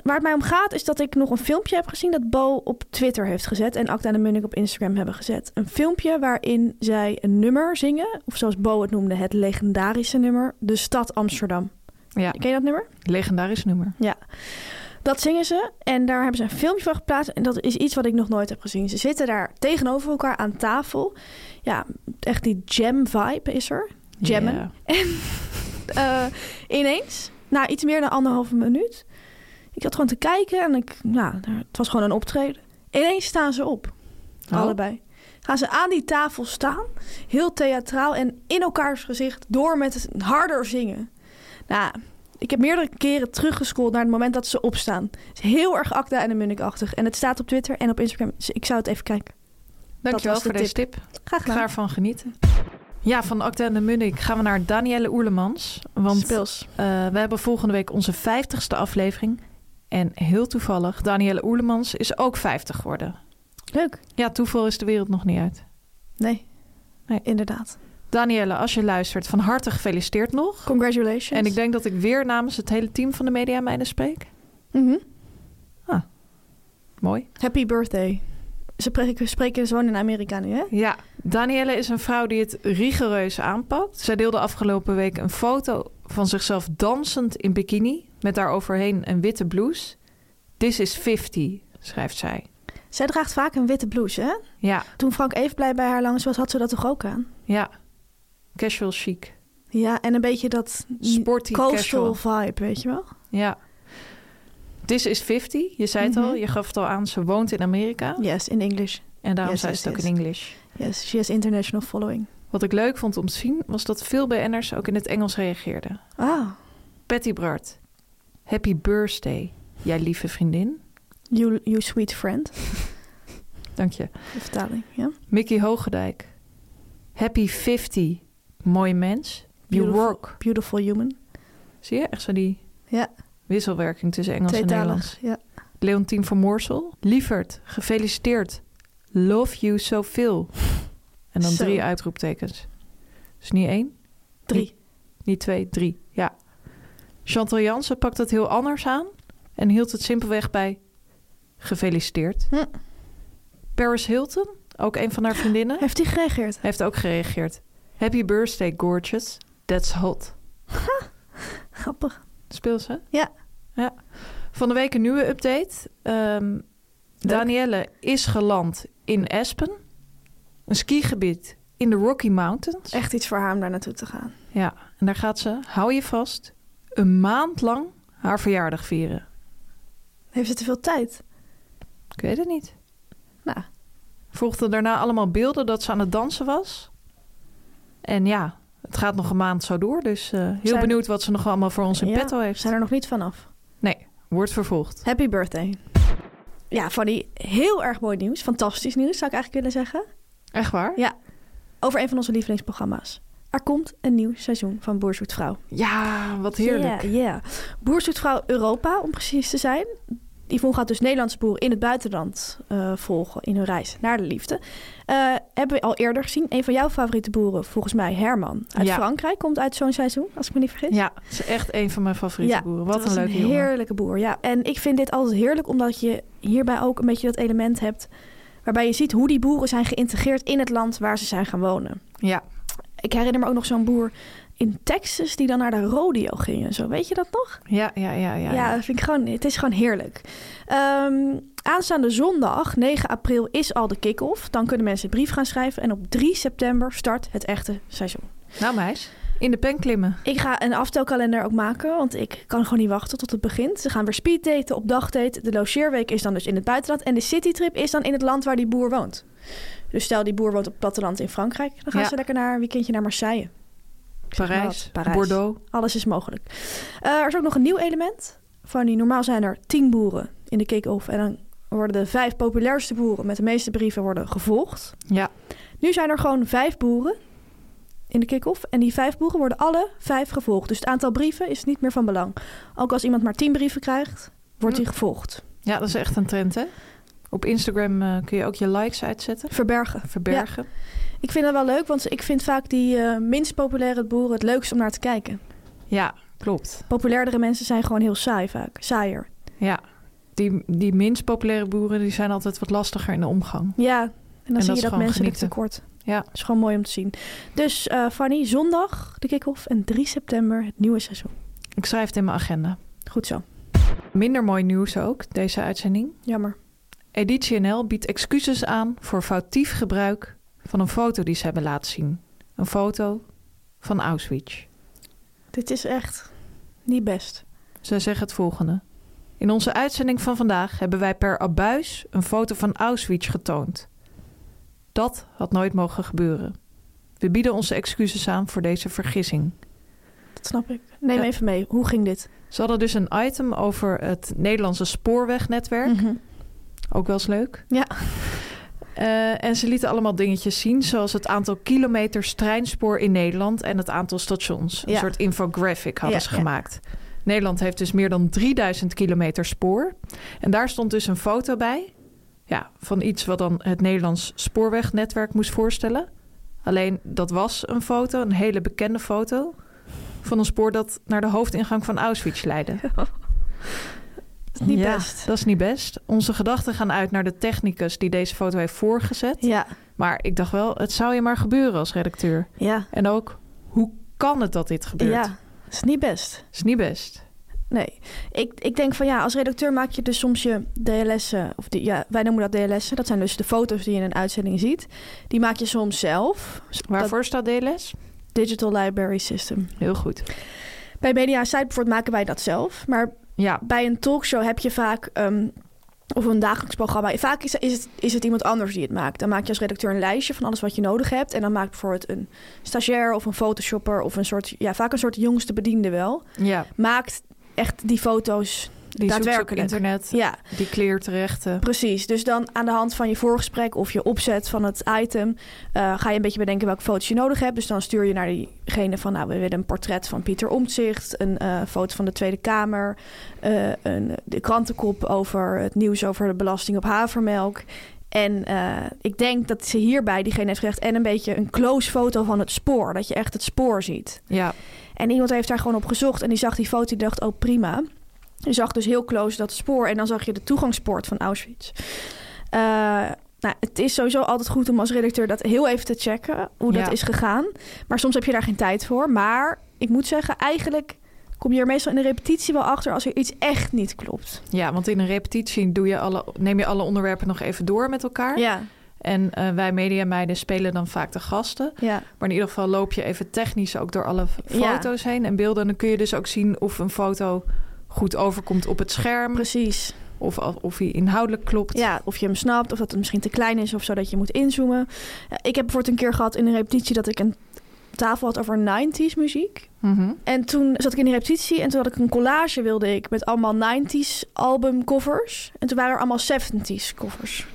[SPEAKER 5] waar het mij om gaat is dat ik nog een filmpje heb gezien... dat Bo op Twitter heeft gezet en Acta en de Munnik op Instagram hebben gezet. Een filmpje waarin zij een nummer zingen. Of zoals Bo het noemde, het legendarische nummer. De stad Amsterdam.
[SPEAKER 6] Ja,
[SPEAKER 5] Ken je dat nummer?
[SPEAKER 6] legendarisch nummer.
[SPEAKER 5] Dat zingen ze en daar hebben ze een filmpje van geplaatst. En dat is iets wat ik nog nooit heb gezien. Ze zitten daar tegenover elkaar aan tafel. Ja, echt die jam-vibe is er. Jammen.
[SPEAKER 6] Ja.
[SPEAKER 5] Eh, ineens, na iets meer dan anderhalve minuut. Ik zat gewoon te kijken en ik, nou, daar- het was gewoon een optreden. Ineens staan ze op,
[SPEAKER 6] Oh.
[SPEAKER 5] allebei. Gaan ze aan die tafel staan, heel theatraal en in elkaars gezicht door met het harder zingen. Nou, ik heb meerdere keren teruggescrolld naar het moment dat ze opstaan. Het is heel erg Acta en de Munnikachtig. En het staat op Twitter en op Instagram. Dus ik zou het even kijken. Dat
[SPEAKER 6] Dankjewel
[SPEAKER 5] was de
[SPEAKER 6] voor deze tip.
[SPEAKER 5] Graag
[SPEAKER 6] Ik ga
[SPEAKER 5] gedaan.
[SPEAKER 6] ervan genieten. Ja, van Acta en de Munnik gaan we naar Danielle Oerlemans. Want
[SPEAKER 5] Speels.
[SPEAKER 6] Eh, we hebben volgende week onze 50ste aflevering. En heel toevallig, Danielle Oerlemans is ook 50 geworden.
[SPEAKER 5] Leuk.
[SPEAKER 6] Ja, toeval is de wereld nog niet uit.
[SPEAKER 5] Nee.
[SPEAKER 6] Nee.
[SPEAKER 5] Inderdaad.
[SPEAKER 6] Danielle, als je luistert, van harte gefeliciteerd nog.
[SPEAKER 5] Congratulations.
[SPEAKER 6] En ik denk dat ik weer namens het hele team van de Media Meiden spreek.
[SPEAKER 5] Mhm.
[SPEAKER 6] Mooi.
[SPEAKER 5] Happy birthday. Ze pre- spreken gewoon in Amerika nu, hè?
[SPEAKER 6] Ja, Danielle is een vrouw die het rigoureus aanpakt. Zij deelde afgelopen week een foto van zichzelf dansend in bikini... met daaroverheen een witte blouse. This is 50, schrijft zij.
[SPEAKER 5] Zij draagt vaak een witte blouse, hè?
[SPEAKER 6] Ja,
[SPEAKER 5] Toen Frank Evenblij bij haar langs was, had ze dat toch ook aan?
[SPEAKER 6] ja. Casual chic.
[SPEAKER 5] Ja, en een beetje dat
[SPEAKER 6] Sporty
[SPEAKER 5] coastal
[SPEAKER 6] casual.
[SPEAKER 5] vibe, weet je wel?
[SPEAKER 6] Ja. This is 50. Je zei het al.
[SPEAKER 5] Mhm.
[SPEAKER 6] Je gaf het al aan. Ze woont in Amerika.
[SPEAKER 5] Yes, in English.
[SPEAKER 6] En daarom
[SPEAKER 5] Yes,
[SPEAKER 6] zei
[SPEAKER 5] yes,
[SPEAKER 6] ze het ook
[SPEAKER 5] yes.
[SPEAKER 6] in Engels.
[SPEAKER 5] Yes, she has international following.
[SPEAKER 6] Wat ik leuk vond om te zien... was dat veel BN'ers ook in het Engels reageerden.
[SPEAKER 5] Ah,
[SPEAKER 6] Patty Bart. Happy birthday. Jij lieve vriendin.
[SPEAKER 5] you, you sweet friend.
[SPEAKER 6] Dank je.
[SPEAKER 5] De vertaling, ja.
[SPEAKER 6] Mickey Hoogendijk. Happy 50. Mooi mens. You
[SPEAKER 5] Beautiful.
[SPEAKER 6] work.
[SPEAKER 5] Beautiful human.
[SPEAKER 6] Zie je? Echt zo die
[SPEAKER 5] Ja.
[SPEAKER 6] wisselwerking tussen Engels en Nederlands.
[SPEAKER 5] Tweetalig, ja.
[SPEAKER 6] Leontien van Moorsel. Lieverd, gefeliciteerd. Love you so veel. En dan
[SPEAKER 5] Zo.
[SPEAKER 6] drie uitroeptekens. Dus niet één,
[SPEAKER 5] Drie.
[SPEAKER 6] niet twee, drie. Ja. Chantal Jansen pakt dat heel anders aan. En hield het simpelweg bij gefeliciteerd.
[SPEAKER 5] Hm.
[SPEAKER 6] Paris Hilton, ook een van haar vriendinnen,
[SPEAKER 5] Heeft hij gereageerd?
[SPEAKER 6] heeft ook gereageerd. Happy birthday, gorgeous. That's hot.
[SPEAKER 5] Grappig.
[SPEAKER 6] Speels, hè?
[SPEAKER 5] Ja.
[SPEAKER 6] ja. Van de week een nieuwe update. Ehm Danielle is geland in Aspen. Een skigebied in de Rocky Mountains.
[SPEAKER 5] Echt iets voor haar om daar naartoe te gaan.
[SPEAKER 6] Ja, en daar gaat ze, hou je vast, een maand lang haar verjaardag vieren.
[SPEAKER 5] Heeft ze te veel tijd?
[SPEAKER 6] Ik weet het niet.
[SPEAKER 5] Nou.
[SPEAKER 6] Volgden daarna allemaal beelden dat ze aan het dansen was. En ja, het gaat nog een maand zo door. Dus eh, heel
[SPEAKER 5] Zijn-
[SPEAKER 6] benieuwd wat ze nog allemaal voor ons in
[SPEAKER 5] Ja,
[SPEAKER 6] petto
[SPEAKER 5] We
[SPEAKER 6] heeft.
[SPEAKER 5] zijn er nog niet vanaf.
[SPEAKER 6] Nee, wordt vervolgd.
[SPEAKER 5] Happy birthday. Ja, Fanny, heel erg mooi nieuws. Fantastisch nieuws, zou ik eigenlijk willen zeggen.
[SPEAKER 6] Echt waar?
[SPEAKER 5] Ja. over een van onze lievelingsprogramma's. Er komt een nieuw seizoen van Boer Zoekt Vrouw.
[SPEAKER 6] Ja, wat heerlijk.
[SPEAKER 5] Ja, ja. Boer Zoekt Vrouw Europa, om precies te zijn. Yvonne gaat dus Nederlandse boeren in het buitenland eh, volgen in hun reis naar de liefde. Eh, hebben we al eerder gezien. Een van jouw favoriete boeren, volgens mij Herman uit
[SPEAKER 6] Ja.
[SPEAKER 5] Frankrijk, komt uit zo'n seizoen, als ik me niet vergis.
[SPEAKER 6] Ja, het is echt een van mijn favoriete
[SPEAKER 5] Ja,
[SPEAKER 6] boeren.
[SPEAKER 5] Dat
[SPEAKER 6] Wat een
[SPEAKER 5] was
[SPEAKER 6] leuke
[SPEAKER 5] een
[SPEAKER 6] jongen.
[SPEAKER 5] heerlijke boer, ja. En ik vind dit altijd heerlijk, omdat je hierbij ook een beetje dat element hebt... waarbij je ziet hoe die boeren zijn geïntegreerd in het land waar ze zijn gaan wonen.
[SPEAKER 6] Ja,
[SPEAKER 5] Ik herinner me ook nog zo'n boer in Texas die dan naar de rodeo ging en zo. Weet je dat nog?
[SPEAKER 6] ja, ja, ja. ja,
[SPEAKER 5] Ja,
[SPEAKER 6] ja.
[SPEAKER 5] dat vind ik gewoon, het is gewoon heerlijk. Ehm, aanstaande zondag, 9 april, is al de kick-off. Dan kunnen mensen een brief gaan schrijven. En op 3 september start het echte seizoen.
[SPEAKER 6] Nou meis, in de pen klimmen.
[SPEAKER 5] Ik ga een aftelkalender ook maken, want ik kan gewoon niet wachten tot het begint. Ze gaan weer speeddaten op dagdate. De logeerweek is dan dus in het buitenland. En de citytrip is dan in het land waar die boer woont. Dus stel die boer woont op het platteland in Frankrijk. Dan gaan
[SPEAKER 6] Ja.
[SPEAKER 5] ze lekker naar een weekendje naar Marseille. Ik zeg maar
[SPEAKER 6] Parijs,
[SPEAKER 5] wat, Parijs.
[SPEAKER 6] Bordeaux.
[SPEAKER 5] Alles is mogelijk. Eh, er is ook nog een nieuw element. Fanny, normaal zijn er tien boeren in de kick-off. En dan worden de vijf populairste boeren met de meeste brieven worden gevolgd.
[SPEAKER 6] Ja.
[SPEAKER 5] Nu zijn er gewoon vijf boeren in de kick-off. En die vijf boeren worden alle vijf gevolgd. Dus het aantal brieven is niet meer van belang. Ook als iemand maar tien brieven krijgt, wordt
[SPEAKER 6] Hm.
[SPEAKER 5] hij gevolgd.
[SPEAKER 6] ja, dat is echt een trend, hè? Op Instagram eh, kun je ook je likes uitzetten.
[SPEAKER 5] Verbergen.
[SPEAKER 6] Verbergen.
[SPEAKER 5] Ik vind dat wel leuk, want ik vind vaak die eh, minst populaire boeren het leukst om naar te kijken.
[SPEAKER 6] Ja, klopt.
[SPEAKER 5] Populairdere mensen zijn gewoon heel saai vaak. Saaier.
[SPEAKER 6] Ja, die, die minst populaire boeren die zijn altijd wat lastiger in de omgang.
[SPEAKER 5] Ja, en dan
[SPEAKER 6] dat
[SPEAKER 5] zie
[SPEAKER 6] is
[SPEAKER 5] je dat
[SPEAKER 6] gewoon
[SPEAKER 5] mensen het
[SPEAKER 6] genieten.
[SPEAKER 5] tekort.
[SPEAKER 6] Ja.
[SPEAKER 5] Dat is gewoon mooi om te zien. Dus eh, Fanny, zondag de kick-off en 3 september het nieuwe seizoen.
[SPEAKER 6] Ik schrijf het in mijn agenda.
[SPEAKER 5] Goed zo.
[SPEAKER 6] Minder mooi nieuws ook, deze uitzending.
[SPEAKER 5] Jammer.
[SPEAKER 6] Editie NL biedt excuses aan voor foutief gebruik van een foto die ze hebben laten zien. Een foto van Auschwitz.
[SPEAKER 5] Dit is echt niet best.
[SPEAKER 6] Zij zeggen het volgende. In onze uitzending van vandaag hebben wij per abuis een foto van Auschwitz getoond. Dat had nooit mogen gebeuren. We bieden onze excuses aan voor deze vergissing.
[SPEAKER 5] Dat snap ik. Neem
[SPEAKER 6] Ja.
[SPEAKER 5] even mee. Hoe ging dit?
[SPEAKER 6] Ze hadden dus een item over het Nederlandse spoorwegnetwerk.
[SPEAKER 5] Mhm.
[SPEAKER 6] Ook wel eens leuk.
[SPEAKER 5] Ja.
[SPEAKER 6] Eh, en ze lieten allemaal dingetjes zien, zoals het aantal kilometers treinspoor in Nederland en het aantal stations. Een
[SPEAKER 5] Ja.
[SPEAKER 6] soort infographic hadden
[SPEAKER 5] Ja,
[SPEAKER 6] ze
[SPEAKER 5] ja.
[SPEAKER 6] gemaakt. Nederland heeft dus meer dan 3000 kilometer spoor. En daar stond dus een foto bij ja, van iets wat dan het Nederlands spoorwegnetwerk moest voorstellen. Alleen dat was een foto, een hele bekende foto, van een spoor dat naar de hoofdingang van Auschwitz leidde.
[SPEAKER 5] Dat is niet
[SPEAKER 6] Ja,
[SPEAKER 5] best.
[SPEAKER 6] Dat is niet best. Onze gedachten gaan uit naar de technicus die deze foto heeft voorgezet.
[SPEAKER 5] Ja.
[SPEAKER 6] Maar ik dacht wel, het zou je maar gebeuren als redacteur.
[SPEAKER 5] Ja.
[SPEAKER 6] En ook, hoe kan het dat dit gebeurt?
[SPEAKER 5] Ja. Dat is niet best.
[SPEAKER 6] Is niet best.
[SPEAKER 5] Nee. Ik, ik denk van ja, als redacteur maak je dus soms je DLS'en. Of die, ja, wij noemen dat DLS'en. Dat zijn dus de foto's die je in een uitzending ziet. Die maak je soms zelf.
[SPEAKER 6] Waarvoor staat DLS?
[SPEAKER 5] Digital Library System.
[SPEAKER 6] Heel goed.
[SPEAKER 5] Bij media en site bijvoorbeeld maken wij dat zelf. Maar
[SPEAKER 6] Ja,
[SPEAKER 5] bij een talkshow heb je vaak... ehm, of een dagelijks programma. Vaak is, is, het, is het iemand anders die het maakt. Dan maak je als redacteur een lijstje van alles wat je nodig hebt. En dan maakt bijvoorbeeld een stagiair of een photoshopper... of een soort, ja, vaak een soort jongste bediende wel...
[SPEAKER 6] ja.
[SPEAKER 5] maakt echt die foto's
[SPEAKER 6] die zoekt ze op
[SPEAKER 5] daadwerkelijk.
[SPEAKER 6] internet,
[SPEAKER 5] Ja,
[SPEAKER 6] die kleert terechten.
[SPEAKER 5] precies. Dus dan aan de hand van je voorgesprek of je opzet van het item... eh, ga je een beetje bedenken welke foto's je nodig hebt. Dus dan stuur je naar diegene van... nou, we willen een portret van Pieter Omtzigt... een eh, foto van de Tweede Kamer... eh, een, de krantenkop over het nieuws over de belasting op havermelk... En eh, ik denk dat ze hierbij, diegene heeft gezegd... en een beetje een close foto van het spoor. Dat je echt het spoor ziet.
[SPEAKER 6] Ja,
[SPEAKER 5] En iemand heeft daar gewoon op gezocht en die zag die foto en die dacht, oh prima. Je zag dus heel close dat spoor en dan zag je de toegangspoort van Auschwitz. Eh, nou, het is sowieso altijd goed om als redacteur dat heel even te checken, hoe
[SPEAKER 6] Ja.
[SPEAKER 5] dat is gegaan. Maar soms heb je daar geen tijd voor. Maar ik moet zeggen, eigenlijk kom je er meestal in de repetitie wel achter als er iets echt niet klopt.
[SPEAKER 6] ja want in een repetitie doe je alle, neem je alle onderwerpen nog even door met elkaar.
[SPEAKER 5] Ja,
[SPEAKER 6] En eh, wij mediameiden spelen dan vaak de gasten.
[SPEAKER 5] ja.
[SPEAKER 6] Maar in ieder geval loop je even technisch ook door alle f-
[SPEAKER 5] Ja.
[SPEAKER 6] foto's heen en beelden. En dan kun je dus ook zien of een foto goed overkomt op het scherm.
[SPEAKER 5] precies.
[SPEAKER 6] Of, al- of hij inhoudelijk klopt.
[SPEAKER 5] Ja, of je hem snapt, of dat het misschien te klein is of zo, dat je moet inzoomen. Ja, Ik heb bijvoorbeeld een keer gehad in een repetitie dat ik een tafel had over 90s muziek.
[SPEAKER 6] Mhm.
[SPEAKER 5] En toen zat ik in die repetitie en toen had ik een collage wilde ik met allemaal 90s albumcovers. En toen waren er allemaal 70s covers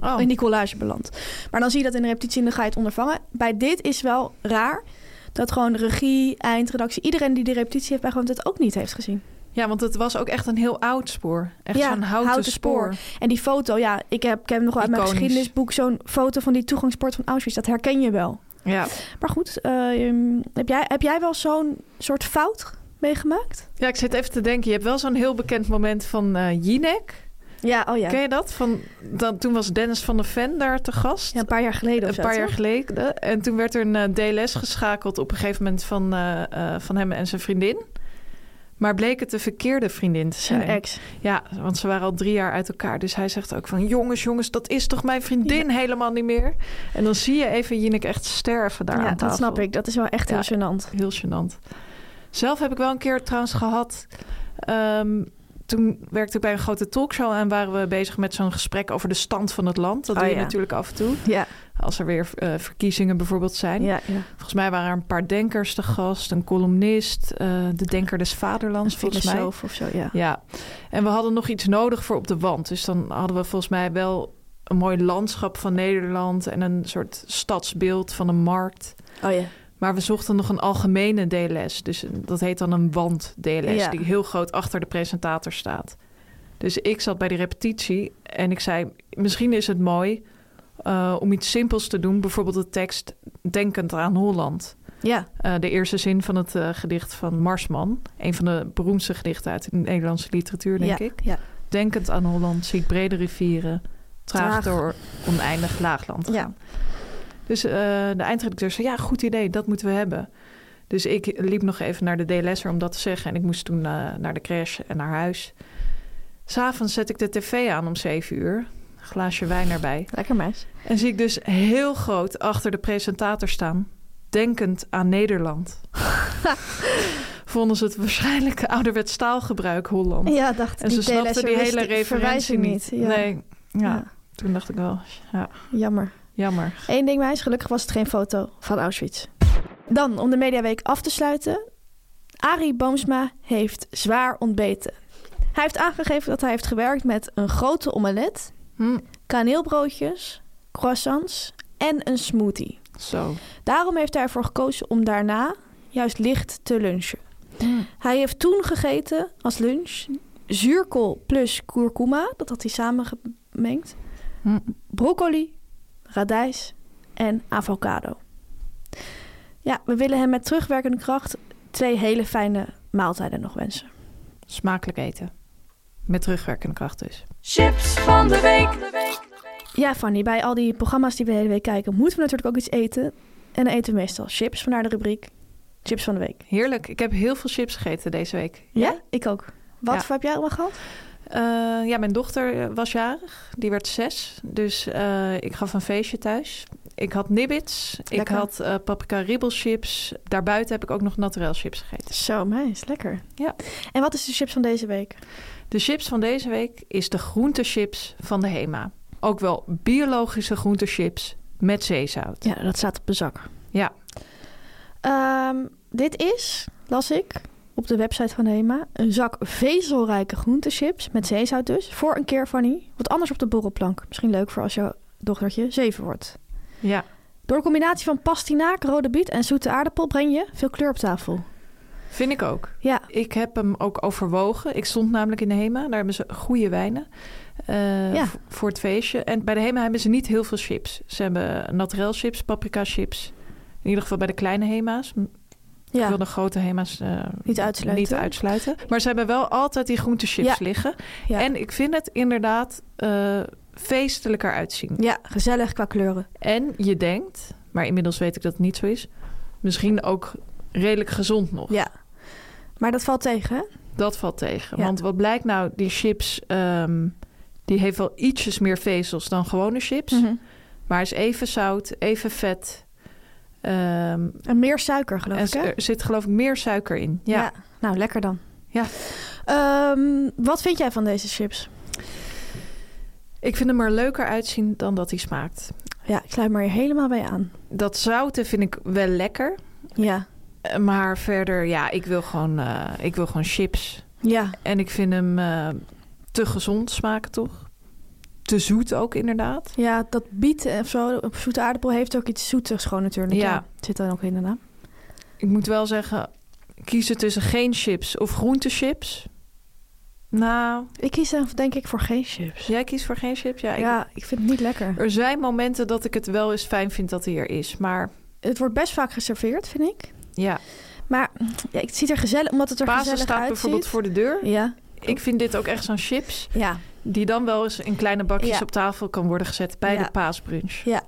[SPEAKER 6] Oh,
[SPEAKER 5] in die collage beland. Maar dan zie je dat in de repetitie en dan ga je het ondervangen. Bij dit is wel raar dat gewoon regie, eindredactie, iedereen die de repetitie heeft bij gewoon het ook niet heeft gezien.
[SPEAKER 6] Ja, want het was ook echt een heel oud spoor. Echt
[SPEAKER 5] Ja,
[SPEAKER 6] zo'n houten,
[SPEAKER 5] houten
[SPEAKER 6] spoor.
[SPEAKER 5] spoor. En die foto, ja, ik heb, ik heb nog wel uit mijn
[SPEAKER 6] Iconisch.
[SPEAKER 5] geschiedenisboek zo'n foto van die toegangspoort van Auschwitz. Dat herken je wel.
[SPEAKER 6] Ja.
[SPEAKER 5] Maar goed, eh, ehm, heb, jij, heb jij wel zo'n soort fout meegemaakt?
[SPEAKER 6] ja, ik zit even te denken. Je hebt wel zo'n heel bekend moment van eh Jinek.
[SPEAKER 5] Ja, oh ja.
[SPEAKER 6] Ken je dat? Van, dan, toen was Dennis van de Ven daar te gast.
[SPEAKER 5] Ja, een paar jaar geleden of
[SPEAKER 6] een
[SPEAKER 5] zo,
[SPEAKER 6] paar
[SPEAKER 5] toch?
[SPEAKER 6] jaar geleden. En toen werd er een eh, DLS geschakeld op een gegeven moment van, eh, eh, van hem en zijn vriendin. Maar bleek het de verkeerde vriendin te zijn.
[SPEAKER 5] Zijn ex.
[SPEAKER 6] Ja, want ze waren al drie jaar uit elkaar. Dus hij zegt ook van... jongens, jongens, dat is toch mijn vriendin helemaal niet meer? En dan zie je even Jinek echt sterven daar
[SPEAKER 5] ja,
[SPEAKER 6] aan
[SPEAKER 5] dat
[SPEAKER 6] tafel.
[SPEAKER 5] snap ik. Dat is wel echt
[SPEAKER 6] Ja.
[SPEAKER 5] heel gênant.
[SPEAKER 6] Heel gênant. Zelf heb ik wel een keer trouwens gehad... ehm, toen werkte ik bij een grote talkshow en waren we bezig met zo'n gesprek over de stand van het land. Dat
[SPEAKER 5] Oh,
[SPEAKER 6] doe je
[SPEAKER 5] ja.
[SPEAKER 6] natuurlijk af en toe.
[SPEAKER 5] Ja,
[SPEAKER 6] Als er weer eh, verkiezingen bijvoorbeeld zijn.
[SPEAKER 5] ja, ja.
[SPEAKER 6] Volgens mij waren er een paar denkers te gast, een columnist, eh, de denker des vaderlands volgens mij.
[SPEAKER 5] filosoof of zo, ja.
[SPEAKER 6] Ja, en we hadden nog iets nodig voor op de wand. Dus dan hadden we volgens mij wel een mooi landschap van Nederland en een soort stadsbeeld van een markt.
[SPEAKER 5] Oh ja.
[SPEAKER 6] Maar we zochten nog een algemene DLS. Dus een- dat heet dan een wand-DLS,
[SPEAKER 5] Ja.
[SPEAKER 6] die heel groot achter de presentator staat. Dus ik zat bij die repetitie en ik zei: Misschien is het mooi eh, om iets simpels te doen. Bijvoorbeeld de tekst Denkend aan Holland.
[SPEAKER 5] Ja,
[SPEAKER 6] Eh, de eerste zin van het eh, gedicht van Marsman. Een van de beroemdste gedichten uit de Nederlandse literatuur, denk
[SPEAKER 5] ja,
[SPEAKER 6] ik.
[SPEAKER 5] ja.
[SPEAKER 6] Denkend aan Holland, zie ik brede rivieren. Traag,
[SPEAKER 5] Traag.
[SPEAKER 6] door oneindig laagland
[SPEAKER 5] Ja.
[SPEAKER 6] gaan. Dus eh, de eindredacteur zei, ja, goed idee, dat moeten we hebben. Dus ik liep nog even naar de D-lesser om dat te zeggen. En ik moest toen eh, naar de crash en naar huis. S'avonds zet ik de tv aan om 7 uur. Glaasje wijn erbij.
[SPEAKER 5] Lekker meis.
[SPEAKER 6] En zie ik dus heel groot achter de presentator staan, denkend aan Nederland. Vonden ze het waarschijnlijk ouderwets taalgebruik Holland.
[SPEAKER 5] Ja, dacht
[SPEAKER 6] en ze snapten
[SPEAKER 5] DLS'er
[SPEAKER 6] die
[SPEAKER 5] wist
[SPEAKER 6] hele referentie
[SPEAKER 5] verwijzing
[SPEAKER 6] niet.
[SPEAKER 5] Ja.
[SPEAKER 6] Nee, ja,
[SPEAKER 5] Ja.
[SPEAKER 6] toen dacht ik wel, ja,
[SPEAKER 5] Jammer.
[SPEAKER 6] jammer.
[SPEAKER 5] Eén ding meis, gelukkig was het geen foto van Auschwitz. Dan, om de Mediaweek af te sluiten. Arie Boomsma heeft zwaar ontbeten. Hij heeft aangegeven dat hij heeft gewerkt met een grote omelet,
[SPEAKER 6] Hm,
[SPEAKER 5] kaneelbroodjes, croissants en een smoothie.
[SPEAKER 6] zo.
[SPEAKER 5] Daarom heeft hij ervoor gekozen om daarna juist licht te lunchen. Hij heeft toen gegeten als lunch zuurkool plus kurkuma, dat had hij samengemengd,
[SPEAKER 6] Hm.
[SPEAKER 5] broccoli, radijs en avocado. Ja, we willen hem met terugwerkende kracht twee hele fijne maaltijden nog wensen.
[SPEAKER 6] Smakelijk eten. Met terugwerkende kracht dus.
[SPEAKER 7] Chips van de week.
[SPEAKER 5] Ja, Fanny, bij al die programma's die we de hele week kijken, moeten we natuurlijk ook iets eten. En dan eten we meestal chips, vandaar de rubriek Chips van de Week.
[SPEAKER 6] Heerlijk. Ik heb heel veel chips gegeten deze week.
[SPEAKER 5] Ja, ik ook. Wat
[SPEAKER 6] Ja.
[SPEAKER 5] voor heb jij allemaal gehad?
[SPEAKER 6] Eh, ja, mijn dochter eh, was jarig. Die werd zes. Dus eh, ik gaf een feestje thuis. Ik had nibbits. Ik
[SPEAKER 5] Lekker.
[SPEAKER 6] had eh, paprika ribbelchips. Daarbuiten heb ik ook nog naturel chips gegeten.
[SPEAKER 5] Zo, meis, lekker.
[SPEAKER 6] Ja.
[SPEAKER 5] En wat is de chips van deze week?
[SPEAKER 6] De chips van deze week is de groentechips van de HEMA. Ook wel biologische groentechips met zeezout.
[SPEAKER 5] Ja, dat staat op de zak.
[SPEAKER 6] Ja.
[SPEAKER 5] Ehm, dit is, las ik op de website van Hema, een zak vezelrijke groentechips met zeezout dus. Voor een keer, Fanny. Wat anders op de borrelplank. Misschien leuk voor als jouw dochtertje zeven wordt.
[SPEAKER 6] ja.
[SPEAKER 5] Door de combinatie van pastinaak, rode biet en zoete aardappel breng je veel kleur op tafel.
[SPEAKER 6] Vind ik ook.
[SPEAKER 5] Ja,
[SPEAKER 6] Ik heb hem ook overwogen. Ik stond namelijk in de HEMA. Daar hebben ze goede wijnen eh,
[SPEAKER 5] Ja.
[SPEAKER 6] v- voor het feestje. En bij de HEMA hebben ze niet heel veel chips. Ze hebben naturel chips, paprika chips. In ieder geval bij de kleine HEMA's. Ik
[SPEAKER 5] ja.
[SPEAKER 6] wil de grote HEMA's eh,
[SPEAKER 5] Niet uitsluiten.
[SPEAKER 6] niet uitsluiten. Maar ze hebben wel altijd die groentechips
[SPEAKER 5] Ja.
[SPEAKER 6] liggen.
[SPEAKER 5] Ja.
[SPEAKER 6] En ik vind het inderdaad eh, feestelijker uitzien.
[SPEAKER 5] ja, gezellig qua kleuren.
[SPEAKER 6] En je denkt, maar inmiddels weet ik dat het niet zo is... misschien ook redelijk gezond nog.
[SPEAKER 5] Ja. Maar dat valt tegen, hè?
[SPEAKER 6] Dat valt tegen.
[SPEAKER 5] Ja.
[SPEAKER 6] Want wat blijkt nou, die chips, ehm, die heeft wel ietsjes meer vezels dan gewone chips.
[SPEAKER 5] Mhm.
[SPEAKER 6] Maar is even zout, even vet. Ehm,
[SPEAKER 5] En meer suiker, geloof
[SPEAKER 6] en
[SPEAKER 5] ik, hè?
[SPEAKER 6] er zit geloof ik meer suiker in. Ja.
[SPEAKER 5] Nou, lekker dan.
[SPEAKER 6] Ja.
[SPEAKER 5] Ehm, wat vind jij van deze chips?
[SPEAKER 6] Ik vind hem er leuker uitzien dan dat hij smaakt.
[SPEAKER 5] Ja, ik sluit maar hier helemaal bij aan.
[SPEAKER 6] Dat zouten vind ik wel lekker.
[SPEAKER 5] Ja.
[SPEAKER 6] eh, Maar verder, ja, ik wil gewoon, eh, ik wil gewoon chips.
[SPEAKER 5] Ja.
[SPEAKER 6] En ik vind hem eh, te gezond smaken, toch? Te zoet ook, inderdaad.
[SPEAKER 5] Ja, dat biet of zo, op zoete aardappel heeft ook iets zoetigs gewoon natuurlijk.
[SPEAKER 6] Ja.
[SPEAKER 5] Zit dan ook in de naam.
[SPEAKER 6] Ik moet wel zeggen, kiezen tussen geen chips of groentechips. Nou,
[SPEAKER 5] Ik kies dan denk ik voor geen chips.
[SPEAKER 6] jij kiest voor geen chips? Ja, ik-
[SPEAKER 5] Ja, ik vind het niet lekker.
[SPEAKER 6] Er zijn momenten dat ik het wel eens fijn vind dat hij er is. Maar
[SPEAKER 5] Het wordt best vaak geserveerd, vind ik.
[SPEAKER 6] ja,
[SPEAKER 5] Maar ja, het ziet er gezellig, omdat het er
[SPEAKER 6] Pasen
[SPEAKER 5] gezellig
[SPEAKER 6] staat bijvoorbeeld
[SPEAKER 5] uitziet.
[SPEAKER 6] voor de deur.
[SPEAKER 5] Ja,
[SPEAKER 6] Ik vind dit ook echt zo'n chips
[SPEAKER 5] ja,
[SPEAKER 6] die dan wel eens in kleine bakjes
[SPEAKER 5] Ja.
[SPEAKER 6] op tafel kan worden gezet bij
[SPEAKER 5] Ja.
[SPEAKER 6] de paasbrunch.
[SPEAKER 5] ja.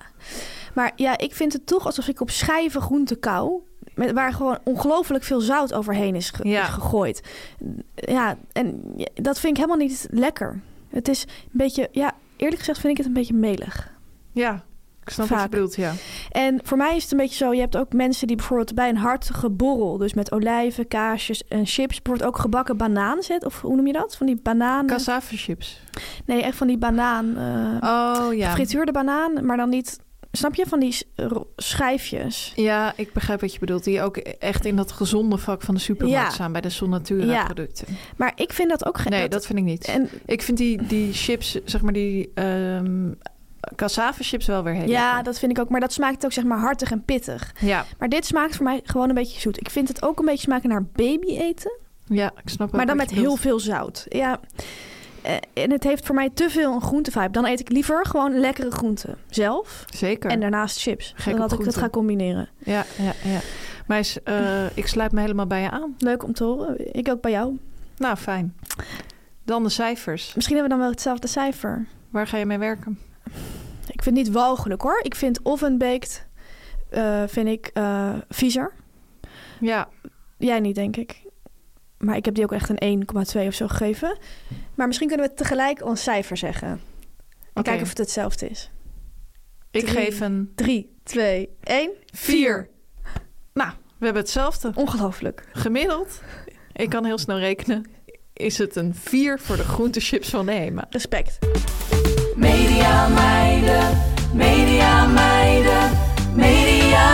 [SPEAKER 5] Maar ja, ik vind het toch alsof ik op schijven groente kou. Met, waar gewoon ongelooflijk veel zout overheen is, ge-
[SPEAKER 6] Ja.
[SPEAKER 5] is gegooid. Ja, en ja, dat vind ik helemaal niet lekker. Het is een beetje, ja, eerlijk gezegd vind ik het een beetje melig.
[SPEAKER 6] Ja, ik Ik snap wat je
[SPEAKER 5] Vaak.
[SPEAKER 6] bedoelt, ja.
[SPEAKER 5] En voor mij is het een beetje zo, je hebt ook mensen die bijvoorbeeld bij een hartige borrel, dus met olijven, kaasjes en chips, bijvoorbeeld ook gebakken banaan zet, of hoe noem je dat? Van die banaan.
[SPEAKER 6] Cassavechips.
[SPEAKER 5] Nee, echt van die banaan. eh
[SPEAKER 6] Oh ja.
[SPEAKER 5] Frituurde banaan, maar dan niet, snap je, van die s- ro- schijfjes.
[SPEAKER 6] Ja, ik begrijp wat je bedoelt. Die ook echt in dat gezonde vak van de supermarkt
[SPEAKER 5] Ja.
[SPEAKER 6] staan bij de Sonnatura
[SPEAKER 5] Ja.
[SPEAKER 6] producten.
[SPEAKER 5] Maar ik vind dat ook geen...
[SPEAKER 6] Nee, dat vind ik niet.
[SPEAKER 5] En,
[SPEAKER 6] Ik vind die, die chips, zeg maar die ehm cassave chips wel weer heel
[SPEAKER 5] ja,
[SPEAKER 6] lekker.
[SPEAKER 5] dat vind ik ook. Maar dat smaakt ook zeg maar hartig en pittig.
[SPEAKER 6] Ja,
[SPEAKER 5] Maar dit smaakt voor mij gewoon een beetje zoet. Ik vind het ook een beetje smaken naar baby eten.
[SPEAKER 6] ja, ik snap wel
[SPEAKER 5] Maar dan
[SPEAKER 6] wat
[SPEAKER 5] met
[SPEAKER 6] je
[SPEAKER 5] heel
[SPEAKER 6] bedoelt.
[SPEAKER 5] veel zout. Ja. Eh, En het heeft voor mij te veel een groentevibe. Dan eet ik liever gewoon lekkere groenten zelf.
[SPEAKER 6] Zeker.
[SPEAKER 5] En daarnaast chips.
[SPEAKER 6] Gek op
[SPEAKER 5] dan dat ik dat
[SPEAKER 6] groenten.
[SPEAKER 5] ga combineren.
[SPEAKER 6] Ja, ja, ja. Meis, eh, ik sluit me helemaal bij je aan.
[SPEAKER 5] Leuk om te horen. Ik ook bij jou.
[SPEAKER 6] Nou, fijn. Dan de cijfers.
[SPEAKER 5] Misschien hebben we dan wel hetzelfde cijfer.
[SPEAKER 6] Waar ga je mee werken?
[SPEAKER 5] Ik vind het niet walgelijk hoor. Ik vind oven baked eh, vind ik eh, viezer.
[SPEAKER 6] Ja,
[SPEAKER 5] Jij niet, denk ik. Maar ik heb die ook echt een 1,2 of zo gegeven. Maar misschien kunnen we tegelijk ons cijfer zeggen. En
[SPEAKER 6] Oké.
[SPEAKER 5] kijken of het hetzelfde is.
[SPEAKER 6] ik
[SPEAKER 5] Drie.
[SPEAKER 6] geef een
[SPEAKER 5] 3, 2, 1.
[SPEAKER 6] vier. Nou, we hebben hetzelfde.
[SPEAKER 5] Ongelooflijk.
[SPEAKER 6] Gemiddeld, ik kan heel snel rekenen, is het een 4 voor de groentechips van Ema.
[SPEAKER 5] Respect.
[SPEAKER 7] Media meiden, media meiden, media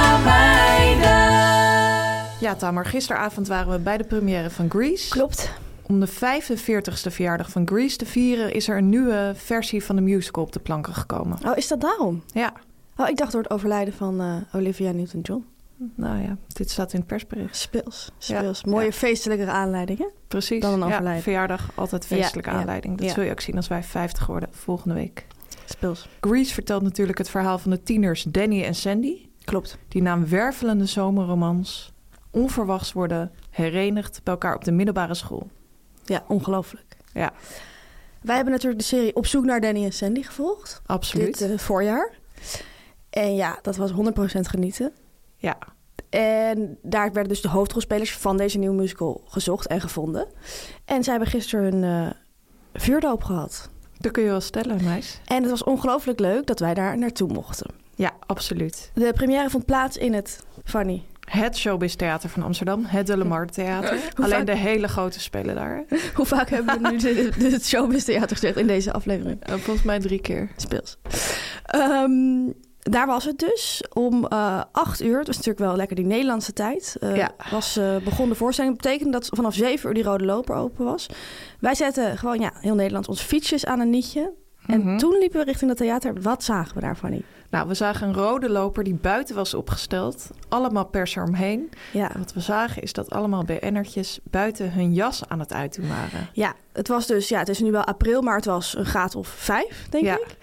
[SPEAKER 7] meiden.
[SPEAKER 6] Ja, Tamer, gisteravond waren we bij de première van Grease.
[SPEAKER 5] Klopt.
[SPEAKER 6] Om de 45ste verjaardag van Grease te vieren is er een nieuwe versie van de musical op de planken gekomen.
[SPEAKER 5] Oh, is dat daarom?
[SPEAKER 6] Ja,
[SPEAKER 5] Oh, ik dacht door het overlijden van eh, Olivia Newton-John.
[SPEAKER 6] nou ja, dit staat in het persbericht.
[SPEAKER 5] Speels. Speels. Mooie feestelijke aanleiding, hè?
[SPEAKER 6] Precies.
[SPEAKER 5] Dan een
[SPEAKER 6] Ja,
[SPEAKER 5] overlijden.
[SPEAKER 6] verjaardag, altijd
[SPEAKER 5] Ja,
[SPEAKER 6] feestelijke
[SPEAKER 5] ja,
[SPEAKER 6] aanleiding. Dat
[SPEAKER 5] ja.
[SPEAKER 6] zul je ook zien als wij 50 worden volgende week.
[SPEAKER 5] Speels.
[SPEAKER 6] Grease vertelt natuurlijk het verhaal van de tieners Danny en Sandy.
[SPEAKER 5] Klopt.
[SPEAKER 6] Die na een wervelende zomerromans onverwachts worden herenigd bij elkaar op de middelbare school.
[SPEAKER 5] Ja, ongelooflijk.
[SPEAKER 6] Ja,
[SPEAKER 5] Wij hebben natuurlijk de serie Op zoek naar Danny en Sandy gevolgd.
[SPEAKER 6] absoluut.
[SPEAKER 5] Dit eh, voorjaar. En ja, dat was 100% genieten.
[SPEAKER 6] ja.
[SPEAKER 5] En daar werden dus de hoofdrolspelers van deze nieuwe musical gezocht en gevonden. En zij hebben gisteren hun eh, vuurdoop gehad.
[SPEAKER 6] Dat kun je wel stellen, meis.
[SPEAKER 5] En het was ongelooflijk leuk dat wij daar naartoe mochten.
[SPEAKER 6] Ja, absoluut.
[SPEAKER 5] De première vond plaats in het Fanny.
[SPEAKER 6] Het Showbiz Theater van Amsterdam, het De Lamar Theater. Alleen
[SPEAKER 5] vaak-
[SPEAKER 6] de hele grote spelen daar. hè?
[SPEAKER 5] Hoe vaak hebben we nu dit- dit- het showbiz theater gezegd in deze aflevering?
[SPEAKER 6] Eh, Volgens mij drie keer.
[SPEAKER 5] Speels. Ehm, daar was het dus om eh acht uur. Het was natuurlijk wel lekker die Nederlandse tijd. Eh,
[SPEAKER 6] Ja.
[SPEAKER 5] was, eh, begon de voorstelling. Dat betekende dat vanaf zeven uur die rode loper open was. Wij zetten gewoon ja, heel Nederland ons fietsjes aan een nietje. En
[SPEAKER 6] Mhm.
[SPEAKER 5] toen liepen we richting dat theater. Wat zagen we daarvan niet?
[SPEAKER 6] Nou, we zagen een rode loper die buiten was opgesteld. Allemaal pers eromheen.
[SPEAKER 5] Ja.
[SPEAKER 6] Wat we zagen is dat allemaal BN'ertjes buiten hun jas aan het uitdoen waren.
[SPEAKER 5] ja, het was dus, ja, het is nu wel april, maar het was een graad of vijf, denk
[SPEAKER 6] Ja.
[SPEAKER 5] ik.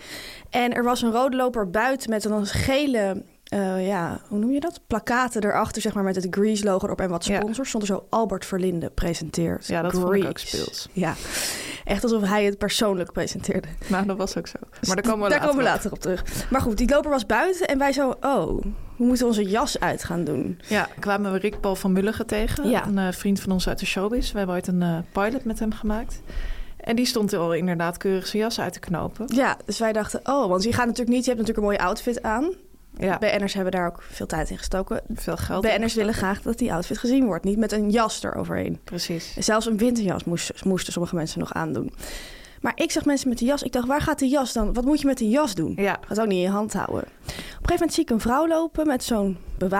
[SPEAKER 5] En er was een rode loper buiten met een gele, eh, ja, hoe noem je dat? Plakaten erachter, zeg maar, met het Grease logo erop en wat
[SPEAKER 6] Ja.
[SPEAKER 5] sponsors. Stond er zo Albert Verlinde presenteert.
[SPEAKER 6] Ja, dat vond ik ook
[SPEAKER 5] Grease.
[SPEAKER 6] speels.
[SPEAKER 5] Ja, echt alsof hij het persoonlijk presenteerde.
[SPEAKER 6] Nou, dat was ook zo. Maar daar komen we
[SPEAKER 5] Daar
[SPEAKER 6] later
[SPEAKER 5] komen we
[SPEAKER 6] op.
[SPEAKER 5] later op terug. Maar goed, die loper was buiten en wij zo, oh, we moeten onze jas uit gaan doen.
[SPEAKER 6] Ja, kwamen we Rick Paul van Mulligen tegen.
[SPEAKER 5] Ja.
[SPEAKER 6] Een eh, vriend van ons uit de showbiz. We hebben ooit een eh, pilot met hem gemaakt. En die stond al inderdaad keurig zijn jas uit te knopen.
[SPEAKER 5] Ja, dus wij dachten, oh, want je gaat natuurlijk niet, je hebt natuurlijk een mooie outfit aan.
[SPEAKER 6] Ja,
[SPEAKER 5] BN'ers hebben daar ook veel tijd in gestoken.
[SPEAKER 6] veel geld.
[SPEAKER 5] BN'ers willen graag dat die outfit gezien wordt. Niet met een jas eroverheen.
[SPEAKER 6] Precies.
[SPEAKER 5] Zelfs een winterjas moest- moesten sommige mensen nog aandoen. Maar ik zag mensen met de jas. Ik dacht, waar gaat die jas dan? Wat moet je met die jas doen?
[SPEAKER 6] Ja.
[SPEAKER 5] Gaat ook niet in je hand houden. Op een gegeven moment zie ik een vrouw lopen met zo'n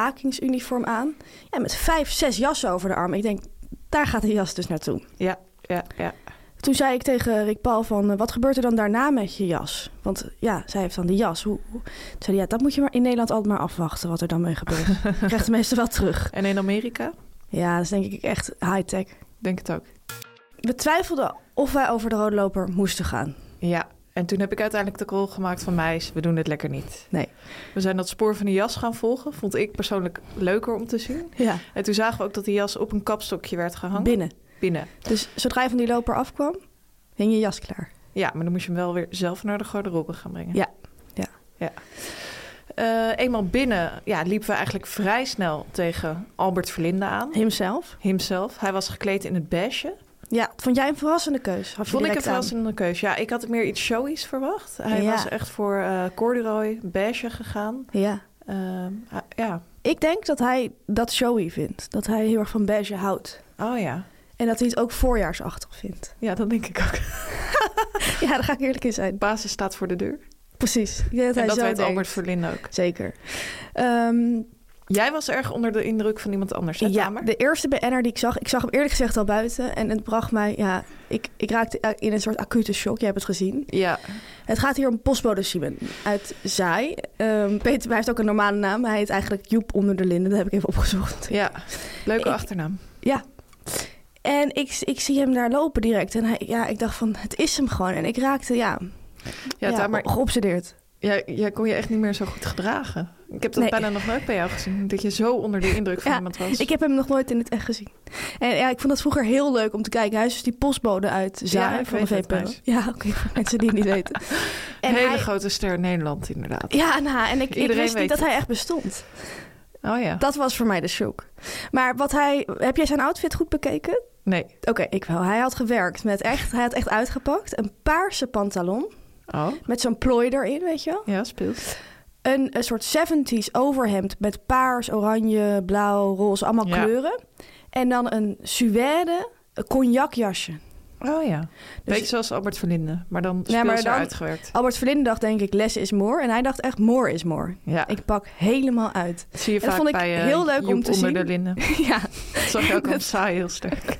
[SPEAKER 5] bewakingsuniform aan. Ja, met vijf, zes jassen over de arm. Ik denk, daar gaat de jas dus naartoe.
[SPEAKER 6] Ja, ja, ja.
[SPEAKER 5] Toen zei ik tegen Rick Paul van, eh, wat gebeurt er dan daarna met je jas? Want eh, ja, zij heeft dan die jas. Hoe, hoe? Toen zei hij, ja, dat moet je maar in Nederland altijd maar afwachten wat er dan mee gebeurt. Je krijgt de meeste wel terug.
[SPEAKER 6] En in Amerika?
[SPEAKER 5] Ja, dat is denk ik echt high-tech.
[SPEAKER 6] Denk het ook.
[SPEAKER 5] We twijfelden of wij over de rode loper moesten gaan.
[SPEAKER 6] Ja. En toen heb ik uiteindelijk de call gemaakt van meis, we doen dit lekker niet.
[SPEAKER 5] Nee.
[SPEAKER 6] We zijn dat spoor van die jas gaan volgen. Vond ik persoonlijk leuker om te zien.
[SPEAKER 5] Ja.
[SPEAKER 6] En toen zagen we ook dat die jas op een kapstokje werd gehangen.
[SPEAKER 5] Binnen.
[SPEAKER 6] Binnen.
[SPEAKER 5] Dus zodra je van die loper afkwam, hing je jas klaar.
[SPEAKER 6] Ja, maar dan moest je hem wel weer zelf naar de garderobe gaan brengen.
[SPEAKER 5] Ja. Ja.
[SPEAKER 6] ja. Eh, eenmaal binnen ja, liepen we eigenlijk vrij snel tegen Albert Verlinde aan.
[SPEAKER 5] Himself.
[SPEAKER 6] Himself. Hij was gekleed in het beige.
[SPEAKER 5] Ja, vond jij een verrassende keus? Had
[SPEAKER 6] Vond
[SPEAKER 5] je
[SPEAKER 6] ik een
[SPEAKER 5] direct aan?
[SPEAKER 6] verrassende keus. Ja, ik had meer iets showies verwacht. Hij
[SPEAKER 5] Ja.
[SPEAKER 6] was echt voor eh, corduroy, beige gegaan.
[SPEAKER 5] Ja.
[SPEAKER 6] Ehm, ah, ja,
[SPEAKER 5] Ik denk dat hij dat showy vindt. Dat hij heel erg van beige houdt.
[SPEAKER 6] oh ja.
[SPEAKER 5] En dat hij het ook voorjaarsachtig vindt.
[SPEAKER 6] Ja, dat denk ik ook.
[SPEAKER 5] Ja, daar ga ik eerlijk in zijn.
[SPEAKER 6] Basis staat voor de deur.
[SPEAKER 5] Precies. Ik denk dat hij
[SPEAKER 6] en dat
[SPEAKER 5] zo
[SPEAKER 6] weet
[SPEAKER 5] denkt.
[SPEAKER 6] Albert Verlinde ook.
[SPEAKER 5] Zeker. Ehm,
[SPEAKER 6] Jij was erg onder de indruk van iemand anders, hè,
[SPEAKER 5] ja,
[SPEAKER 6] Tamer?
[SPEAKER 5] de eerste BN'er die ik zag, ik zag hem eerlijk gezegd al buiten. En het bracht mij, ja, ik, ik raakte in een soort acute shock. Jij hebt het gezien.
[SPEAKER 6] Ja.
[SPEAKER 5] Het gaat hier om postbode Simon uit Zaai. Ehm, Peter, hij heeft ook een normale naam. Hij heet eigenlijk Joep onder de linden. Dat heb ik even opgezocht.
[SPEAKER 6] ja, leuke
[SPEAKER 5] Ik-
[SPEAKER 6] achternaam.
[SPEAKER 5] En ik, ik zie hem daar lopen direct. En hij, ja, ik dacht van, het is hem gewoon. En ik raakte, ja,
[SPEAKER 6] Ja,
[SPEAKER 5] ja,
[SPEAKER 6] Tamer,
[SPEAKER 5] geobsedeerd.
[SPEAKER 6] jij, jij kon je echt niet meer zo goed gedragen. Ik heb dat
[SPEAKER 5] Nee.
[SPEAKER 6] bijna nog nooit bij jou gezien. Dat je zo onder de indruk van
[SPEAKER 5] Ja,
[SPEAKER 6] iemand was.
[SPEAKER 5] Dus Ik heb hem nog nooit in het echt gezien. En ja, ik vond dat vroeger heel leuk om te kijken. Hij is dus die postbode uit Zaai
[SPEAKER 6] ik
[SPEAKER 5] van de
[SPEAKER 6] weet het,
[SPEAKER 5] VPRO.
[SPEAKER 6] meis.
[SPEAKER 5] Ja, oké, voor mensen die het niet weten. En
[SPEAKER 6] Hele
[SPEAKER 5] hij-
[SPEAKER 6] grote ster Nederland, inderdaad.
[SPEAKER 5] Ja, nou, en ik, ik
[SPEAKER 6] Iedereen
[SPEAKER 5] wist
[SPEAKER 6] weet
[SPEAKER 5] niet dat
[SPEAKER 6] het.
[SPEAKER 5] hij echt bestond.
[SPEAKER 6] Oh ja.
[SPEAKER 5] Dat was voor mij de shock. Maar wat hij... Heb jij zijn outfit goed bekeken?
[SPEAKER 6] Nee.
[SPEAKER 5] Oké, ik wel. Hij had gewerkt met echt... Hij had echt uitgepakt. Een paarse pantalon
[SPEAKER 6] Oh.
[SPEAKER 5] met zo'n plooi erin, weet je wel?
[SPEAKER 6] Ja, speelt.
[SPEAKER 5] Een, een soort 70s overhemd met paars, oranje, blauw, roze, allemaal
[SPEAKER 6] Ja.
[SPEAKER 5] kleuren. En dan een suède een cognacjasje.
[SPEAKER 6] Oh ja.
[SPEAKER 5] Dus-
[SPEAKER 6] Beetje zoals Albert Verlinde, maar dan
[SPEAKER 5] Ja,
[SPEAKER 6] speels
[SPEAKER 5] maar
[SPEAKER 6] er
[SPEAKER 5] dan-
[SPEAKER 6] uitgewerkt.
[SPEAKER 5] Albert Verlinde dacht denk ik, less is more. En hij dacht echt, more is more.
[SPEAKER 6] Ja,
[SPEAKER 5] Ik pak helemaal uit.
[SPEAKER 6] dat zie je
[SPEAKER 5] dat
[SPEAKER 6] vaak
[SPEAKER 5] vond ik
[SPEAKER 6] bij eh,
[SPEAKER 5] heel leuk om
[SPEAKER 6] Joep
[SPEAKER 5] te
[SPEAKER 6] onder
[SPEAKER 5] zien.
[SPEAKER 6] de linden.
[SPEAKER 5] ja,
[SPEAKER 6] Dat zag je ook al saai heel sterk.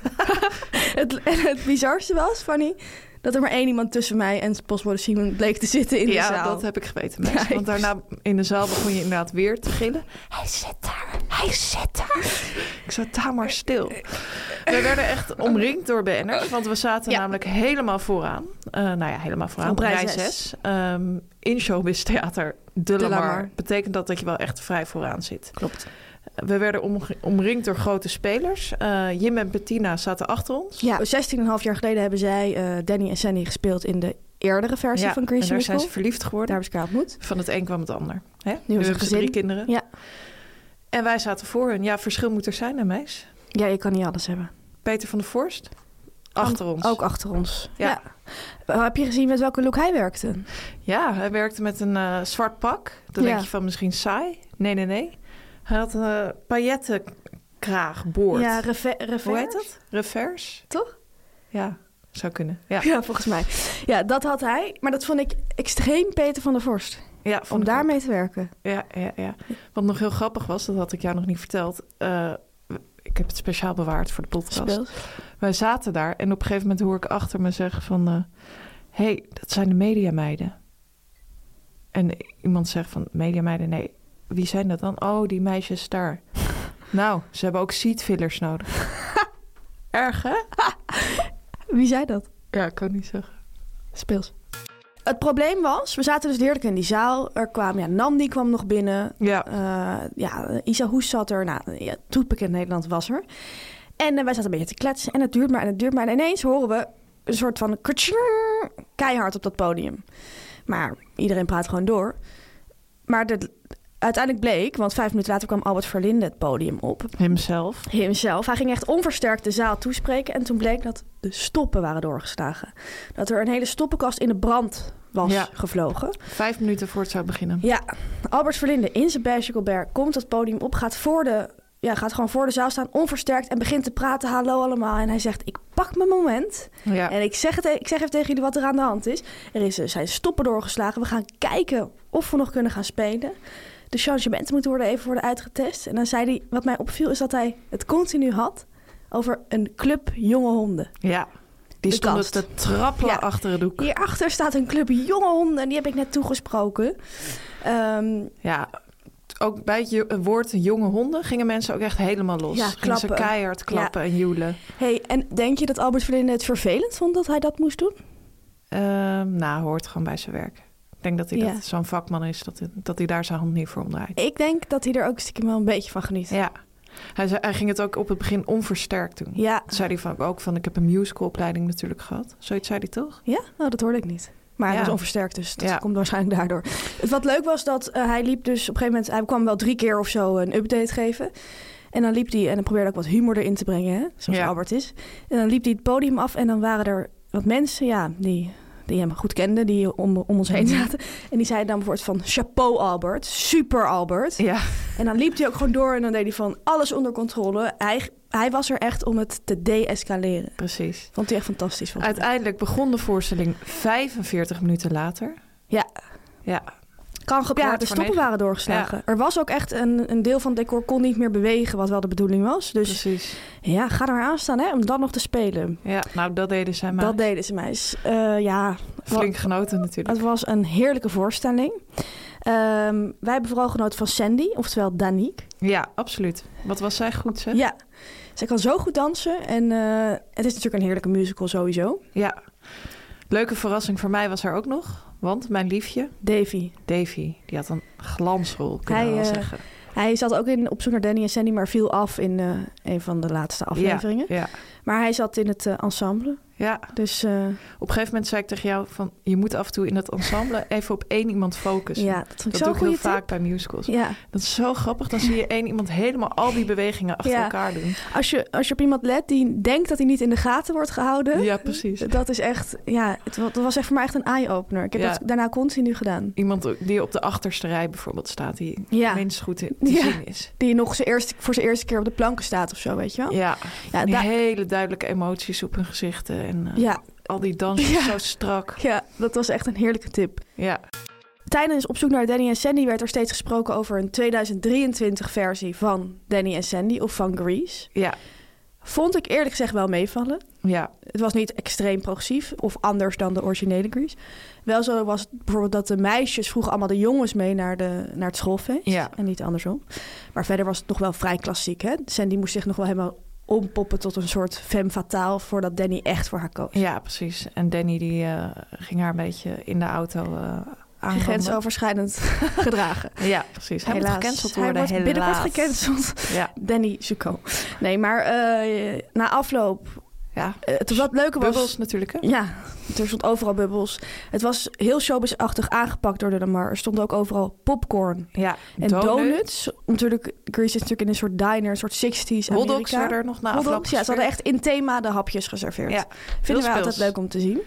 [SPEAKER 5] het, en het bizarste was, Fanny, dat er maar één iemand tussen mij en postbode Simon bleek te zitten in
[SPEAKER 6] ja,
[SPEAKER 5] de zaal.
[SPEAKER 6] dat heb ik geweten. meis.
[SPEAKER 5] Ja, ik-
[SPEAKER 6] Want daarna in de zaal begon je inderdaad weer te gillen. Hij zit daar, hij zit daar. Ik zat daar maar stil. We werden echt omringd door BN'ers, want we zaten
[SPEAKER 5] Ja.
[SPEAKER 6] namelijk helemaal vooraan. Eh, nou ja, helemaal vooraan.
[SPEAKER 5] Op rij zes.
[SPEAKER 6] zes. Ehm, in Showbiz Theater De, Lamar.
[SPEAKER 5] Lamar.
[SPEAKER 6] Betekent dat dat je wel echt vrij vooraan zit.
[SPEAKER 5] Klopt.
[SPEAKER 6] We werden omge- omringd door grote spelers. Eh, Jim en Bettina zaten achter ons.
[SPEAKER 5] Ja, 16,5 jaar geleden hebben zij eh, Danny en Sandy gespeeld in de eerdere versie
[SPEAKER 6] Ja,
[SPEAKER 5] van
[SPEAKER 6] en daar
[SPEAKER 5] Crazy
[SPEAKER 6] zijn
[SPEAKER 5] Musical.
[SPEAKER 6] ze verliefd geworden.
[SPEAKER 5] Daar hebben ze elkaar ontmoet.
[SPEAKER 6] Van het een kwam het ander. Hè? Nu hebben
[SPEAKER 5] het
[SPEAKER 6] ze drie
[SPEAKER 5] gezin.
[SPEAKER 6] kinderen.
[SPEAKER 5] Ja.
[SPEAKER 6] En wij zaten voor hun. Ja, verschil moet er zijn, hè, meis?
[SPEAKER 5] Ja, je kan niet alles hebben.
[SPEAKER 6] Peter van der Vorst, achter ons.
[SPEAKER 5] Ook achter ons.
[SPEAKER 6] Ja.
[SPEAKER 5] Ja. Heb je gezien met welke look hij werkte?
[SPEAKER 6] Ja, hij werkte met een eh, zwart pak. Dan
[SPEAKER 5] Ja.
[SPEAKER 6] denk je van misschien saai. Nee, nee, nee. Hij had eh, een paillettenkraag, boord.
[SPEAKER 5] Ja, rever, rever-
[SPEAKER 6] Hoe heet dat? Revers?
[SPEAKER 5] Toch?
[SPEAKER 6] Ja, zou kunnen. Ja,
[SPEAKER 5] Ja, volgens mij. Ja, dat had hij. Maar dat vond ik extreem Peter van der Vorst.
[SPEAKER 6] ja vond
[SPEAKER 5] om
[SPEAKER 6] ik ook.
[SPEAKER 5] daarmee te werken.
[SPEAKER 6] Ja, ja, ja. Wat nog heel grappig was, dat had ik jou nog niet verteld. Eh, ik heb het speciaal bewaard voor de podcast.
[SPEAKER 5] Speels.
[SPEAKER 6] Wij zaten daar en op een gegeven moment hoor ik achter me zeggen van... eh, hey, dat zijn de mediameiden. En iemand zegt van, mediameiden? Nee, wie zijn dat dan? Oh, die meisjes daar. nou, ze hebben ook seatfillers nodig. Erg, hè?
[SPEAKER 5] Wie zei dat?
[SPEAKER 6] Ja, ik kan niet zeggen.
[SPEAKER 5] Speels. Het probleem was, we zaten dus heerlijk in die zaal. Er kwam, ja, Nandi kwam nog binnen.
[SPEAKER 6] Ja,
[SPEAKER 5] Eh, ja, Isa Hoes zat er. Nou, ja, toen bekend Nederland was er. En eh, wij zaten een beetje te kletsen. En het duurt maar en het duurt maar. En ineens horen we een soort van kratsching, keihard op dat podium. Maar iedereen praat gewoon door. Maar dat- uiteindelijk bleek, want vijf minuten later kwam Albert Verlinde het podium op.
[SPEAKER 6] himself.
[SPEAKER 5] Himself. Hij ging echt onversterkt de zaal toespreken. En toen bleek dat de stoppen waren doorgeslagen. Dat er een hele stoppenkast in de brand was
[SPEAKER 6] Ja.
[SPEAKER 5] gevlogen.
[SPEAKER 6] Vijf minuten voor het zou beginnen.
[SPEAKER 5] Ja, Albert Verlinde in zijn beige Colbert komt het podium op, gaat, voor de, ja, gaat gewoon voor de zaal staan, onversterkt en begint te praten. Hallo allemaal. En hij zegt, ik pak mijn moment
[SPEAKER 6] Ja.
[SPEAKER 5] en ik zeg, het, ik zeg even tegen jullie wat er aan de hand is. Er is, eh, zijn stoppen doorgeslagen. We gaan kijken of we nog kunnen gaan spelen. De changementen moeten worden even worden uitgetest. En dan zei hij, wat mij opviel is dat hij het continu had over een club jonge honden.
[SPEAKER 6] ja. Die
[SPEAKER 5] De
[SPEAKER 6] stonden
[SPEAKER 5] kast.
[SPEAKER 6] te trappelen
[SPEAKER 5] Ja.
[SPEAKER 6] achter het doek.
[SPEAKER 5] Hierachter staat een club jonge honden en die heb ik net toegesproken. Ehm
[SPEAKER 6] Ja, ook bij het jo- woord jonge honden gingen mensen ook echt helemaal los.
[SPEAKER 5] Ja,
[SPEAKER 6] Gingen ze
[SPEAKER 5] klappen.
[SPEAKER 6] keihard klappen en joelen.
[SPEAKER 5] Hey, en denk je dat Albert Verlinde het vervelend vond dat hij dat moest doen?
[SPEAKER 6] Ehm, nou, hoort gewoon bij zijn werk. Ik denk dat hij
[SPEAKER 5] Ja.
[SPEAKER 6] dat zo'n vakman is, dat hij, dat hij daar zijn hand niet voor omdraait.
[SPEAKER 5] Ik denk dat hij er ook stiekem wel een beetje van geniet.
[SPEAKER 6] Ja, hij, zei- hij ging het ook op het begin onversterkt doen.
[SPEAKER 5] Ja,
[SPEAKER 6] Toen Zei hij van, ook van, ik heb een musicalopleiding natuurlijk gehad. Zoiets zei hij toch?
[SPEAKER 5] ja? Nou, dat hoorde ik niet. Maar hij
[SPEAKER 6] Ja.
[SPEAKER 5] was onversterkt, dus dat
[SPEAKER 6] Ja.
[SPEAKER 5] komt waarschijnlijk daardoor. Wat leuk was dat eh, hij liep dus op een gegeven moment... Hij kwam wel drie keer of zo een update geven. En dan liep die, en dan probeerde ik wat humor erin te brengen, hè, zoals
[SPEAKER 6] Ja.
[SPEAKER 5] Albert is. En dan liep die het podium af en dan waren er wat mensen, ja, die, die hem goed kenden, die om, om ons
[SPEAKER 6] Mhm.
[SPEAKER 5] heen zaten. En die zeiden dan bijvoorbeeld van, chapeau Albert, super Albert.
[SPEAKER 6] Ja.
[SPEAKER 5] En dan liep hij ook gewoon door en dan deed hij van alles onder controle. Hij, hij was er echt om het te de-escaleren.
[SPEAKER 6] Precies.
[SPEAKER 5] Vond hij echt fantastisch. vond ik.
[SPEAKER 6] Uiteindelijk begon de voorstelling 45 minuten later.
[SPEAKER 5] Ja.
[SPEAKER 6] Ja.
[SPEAKER 5] Kan
[SPEAKER 6] kwart
[SPEAKER 5] ja, de
[SPEAKER 6] voor
[SPEAKER 5] stoppen
[SPEAKER 6] negen.
[SPEAKER 5] waren doorgeslagen. Er was ook echt een, een deel van het decor kon niet meer bewegen, wat wel de bedoeling was. Dus
[SPEAKER 6] Precies.
[SPEAKER 5] ja, ga er aan staan hè, om dan nog te spelen.
[SPEAKER 6] Ja, nou dat deden zij maar.
[SPEAKER 5] Dat deden ze meis. Eh, ja,
[SPEAKER 6] Flink genoten natuurlijk.
[SPEAKER 5] het was een heerlijke voorstelling. Ehm, wij hebben vooral genoten van Sandy, oftewel Danique.
[SPEAKER 6] Ja, absoluut. Wat was zij goed zeg?
[SPEAKER 5] Ja, zij kan zo goed dansen en eh, het is natuurlijk een heerlijke musical sowieso.
[SPEAKER 6] Ja. Leuke verrassing voor mij was er ook nog. Want mijn liefje,
[SPEAKER 5] Davy,
[SPEAKER 6] Davy, die had een glansrol, kunnen
[SPEAKER 5] Hij,
[SPEAKER 6] we wel
[SPEAKER 5] eh,
[SPEAKER 6] zeggen.
[SPEAKER 5] Hij zat ook in Op zoek naar Danny en Sandy, maar viel af in eh, een van de laatste afleveringen.
[SPEAKER 6] Ja, ja,
[SPEAKER 5] Maar hij zat in het eh, ensemble.
[SPEAKER 6] ja.
[SPEAKER 5] Dus eh,
[SPEAKER 6] Op een gegeven moment zei ik tegen jou van... je moet af en toe in dat ensemble even op één iemand focussen.
[SPEAKER 5] ja, dat vond
[SPEAKER 6] Dus, eh, dat
[SPEAKER 5] ik
[SPEAKER 6] doe
[SPEAKER 5] zo'n
[SPEAKER 6] ik heel
[SPEAKER 5] goede tip.
[SPEAKER 6] vaak bij musicals.
[SPEAKER 5] Ja.
[SPEAKER 6] Dat is zo grappig. Dan zie je één iemand helemaal al die bewegingen achter
[SPEAKER 5] Ja.
[SPEAKER 6] elkaar doen.
[SPEAKER 5] Als, je, als je op iemand let die denkt dat hij niet in de gaten wordt gehouden.
[SPEAKER 6] Ja, precies.
[SPEAKER 5] Dat is echt, ja, het, wa- dat was echt voor mij echt een eye-opener. Ik heb
[SPEAKER 6] Ja.
[SPEAKER 5] dat daarna continu gedaan.
[SPEAKER 6] Iemand die op de achterste rij bijvoorbeeld staat... die
[SPEAKER 5] Ja.
[SPEAKER 6] minst goed te te
[SPEAKER 5] Ja.
[SPEAKER 6] zien is.
[SPEAKER 5] Die nog zijn eerste, voor zijn eerste keer op de planken staat of zo, weet je wel?
[SPEAKER 6] Ja,
[SPEAKER 5] Ja,
[SPEAKER 6] en
[SPEAKER 5] da-
[SPEAKER 6] hele duidelijke emoties op hun gezichten. En eh,
[SPEAKER 5] ja,
[SPEAKER 6] al die dansjes
[SPEAKER 5] Ja.
[SPEAKER 6] zo strak.
[SPEAKER 5] ja, dat was echt een heerlijke tip.
[SPEAKER 6] Ja,
[SPEAKER 5] Tijdens Op zoek naar Danny en Sandy werd er steeds gesproken over een 2023 versie van Danny en Sandy of van Grease.
[SPEAKER 6] ja,
[SPEAKER 5] Vond ik eerlijk gezegd wel meevallen.
[SPEAKER 6] ja.
[SPEAKER 5] Het was niet extreem progressief of anders dan de originele Grease. Wel zo was het bijvoorbeeld dat de meisjes vroegen allemaal de jongens mee naar, de, naar het schoolfeest.
[SPEAKER 6] Ja.
[SPEAKER 5] En niet andersom. Maar verder was het nog wel vrij klassiek. Hè? Sandy moest zich nog wel helemaal ompoppen tot een soort femme fatale voordat Danny echt voor haar koos.
[SPEAKER 6] Ja, precies. En Danny die eh, ging haar een beetje in de auto eh aan.
[SPEAKER 5] Grensoverschrijdend gedragen.
[SPEAKER 6] Ja, precies. Hij
[SPEAKER 5] Helaas.
[SPEAKER 6] moet gecanceld
[SPEAKER 5] Hij
[SPEAKER 6] worden.
[SPEAKER 5] wordt
[SPEAKER 6] helaas.
[SPEAKER 5] binnenkort gecanceld.
[SPEAKER 6] Ja,
[SPEAKER 5] Danny Zuko. Nee, maar eh, na afloop...
[SPEAKER 6] ja.
[SPEAKER 5] eh, Het was wat leuke was...
[SPEAKER 6] Bubbels natuurlijk. Hè?
[SPEAKER 5] Ja, er stond overal bubbels. Het was heel showbiz-achtig aangepakt door de Lamar. Er stond ook overal popcorn
[SPEAKER 6] Ja,
[SPEAKER 5] en donuts. Natuurlijk, Grease is natuurlijk in een soort diner, een soort 60s Amerika.
[SPEAKER 6] Hotdogs werden er nog na
[SPEAKER 5] Hotdogs,
[SPEAKER 6] afloop
[SPEAKER 5] ja, ze hadden
[SPEAKER 6] geserveerd.
[SPEAKER 5] echt in thema de hapjes geserveerd.
[SPEAKER 6] Ja, heel
[SPEAKER 5] Vinden wij altijd
[SPEAKER 6] speels.
[SPEAKER 5] leuk om te zien.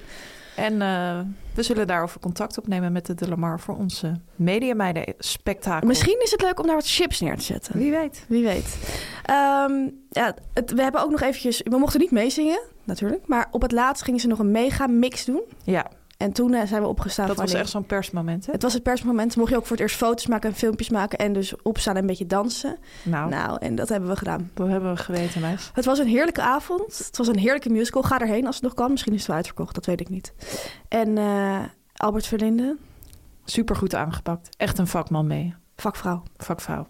[SPEAKER 6] En eh, we zullen daarover contact opnemen met de De Lamar voor onze mediameiden spektakel.
[SPEAKER 5] Misschien is het leuk om daar wat chips neer te zetten.
[SPEAKER 6] Wie weet.
[SPEAKER 5] Wie weet. Ehm, ja, het- we hebben ook nog eventjes... We mochten niet meezingen, natuurlijk. Maar op het laatst gingen ze nog een mega mix doen.
[SPEAKER 6] Ja,
[SPEAKER 5] En toen eh, zijn we opgestaan.
[SPEAKER 6] dat
[SPEAKER 5] van
[SPEAKER 6] was
[SPEAKER 5] nee.
[SPEAKER 6] echt zo'n persmoment. Hè?
[SPEAKER 5] Het was het persmoment. Mocht je ook voor het eerst foto's maken en filmpjes maken. En dus opstaan en een beetje dansen.
[SPEAKER 6] Nou,
[SPEAKER 5] Nou, en dat hebben we gedaan.
[SPEAKER 6] dat hebben we geweten, meis.
[SPEAKER 5] Het was een heerlijke avond. Het was een heerlijke musical. Ga erheen als het nog kan. Misschien is het wel uitverkocht, dat weet ik niet. En eh, Albert Verlinde,
[SPEAKER 6] Supergoed aangepakt. Echt een vakman mee.
[SPEAKER 5] vakvrouw.
[SPEAKER 6] vakvrouw.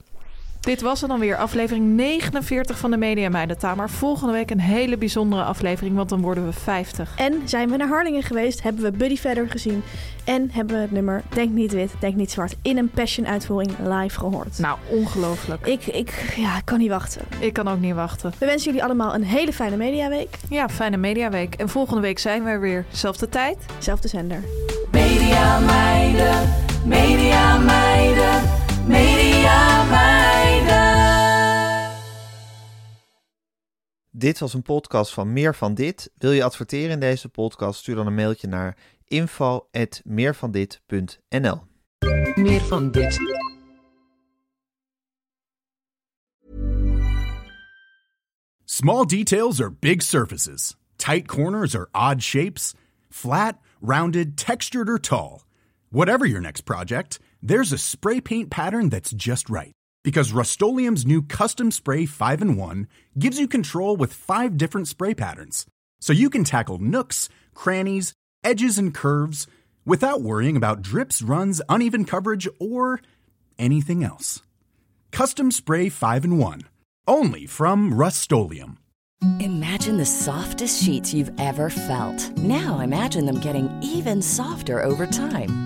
[SPEAKER 6] Dit was er dan weer, aflevering 49 van de Media Meiden Tamar. Volgende week een hele bijzondere aflevering, want dan worden we 50.
[SPEAKER 5] En zijn we naar Harlingen geweest, hebben we Buddy verder gezien. En hebben we het nummer Denk Niet Wit, Denk Niet Zwart in een Passion-uitvoering live gehoord.
[SPEAKER 6] Nou, ongelooflijk.
[SPEAKER 5] Ik, ik, ja, ik kan niet wachten.
[SPEAKER 6] Ik kan ook niet wachten.
[SPEAKER 5] We wensen jullie allemaal een hele fijne mediaweek.
[SPEAKER 6] Ja, fijne mediaweek. En volgende week zijn we er weer. Zelfde tijd,
[SPEAKER 5] Zelfde zender.
[SPEAKER 7] Media meiden, media meiden, media meiden.
[SPEAKER 8] Dit was een podcast van Meer van Dit. Wil je adverteren in deze podcast? Stuur dan een mailtje naar info.meervandit.nl
[SPEAKER 9] Meer van dit.
[SPEAKER 10] Small details are big surfaces. Tight corners are odd shapes. Flat, rounded, textured, or tall. Whatever your next project, there's a spray paint pattern that's just right. Because Rust new Custom Spray 5 in 1 gives you control with five different spray patterns. So you can tackle nooks, crannies, edges, and curves without worrying about drips, runs, uneven coverage, or anything else. Custom Spray 5 in 1. Only from Rust
[SPEAKER 11] Imagine the softest sheets you've ever felt. Now imagine them getting even softer over time.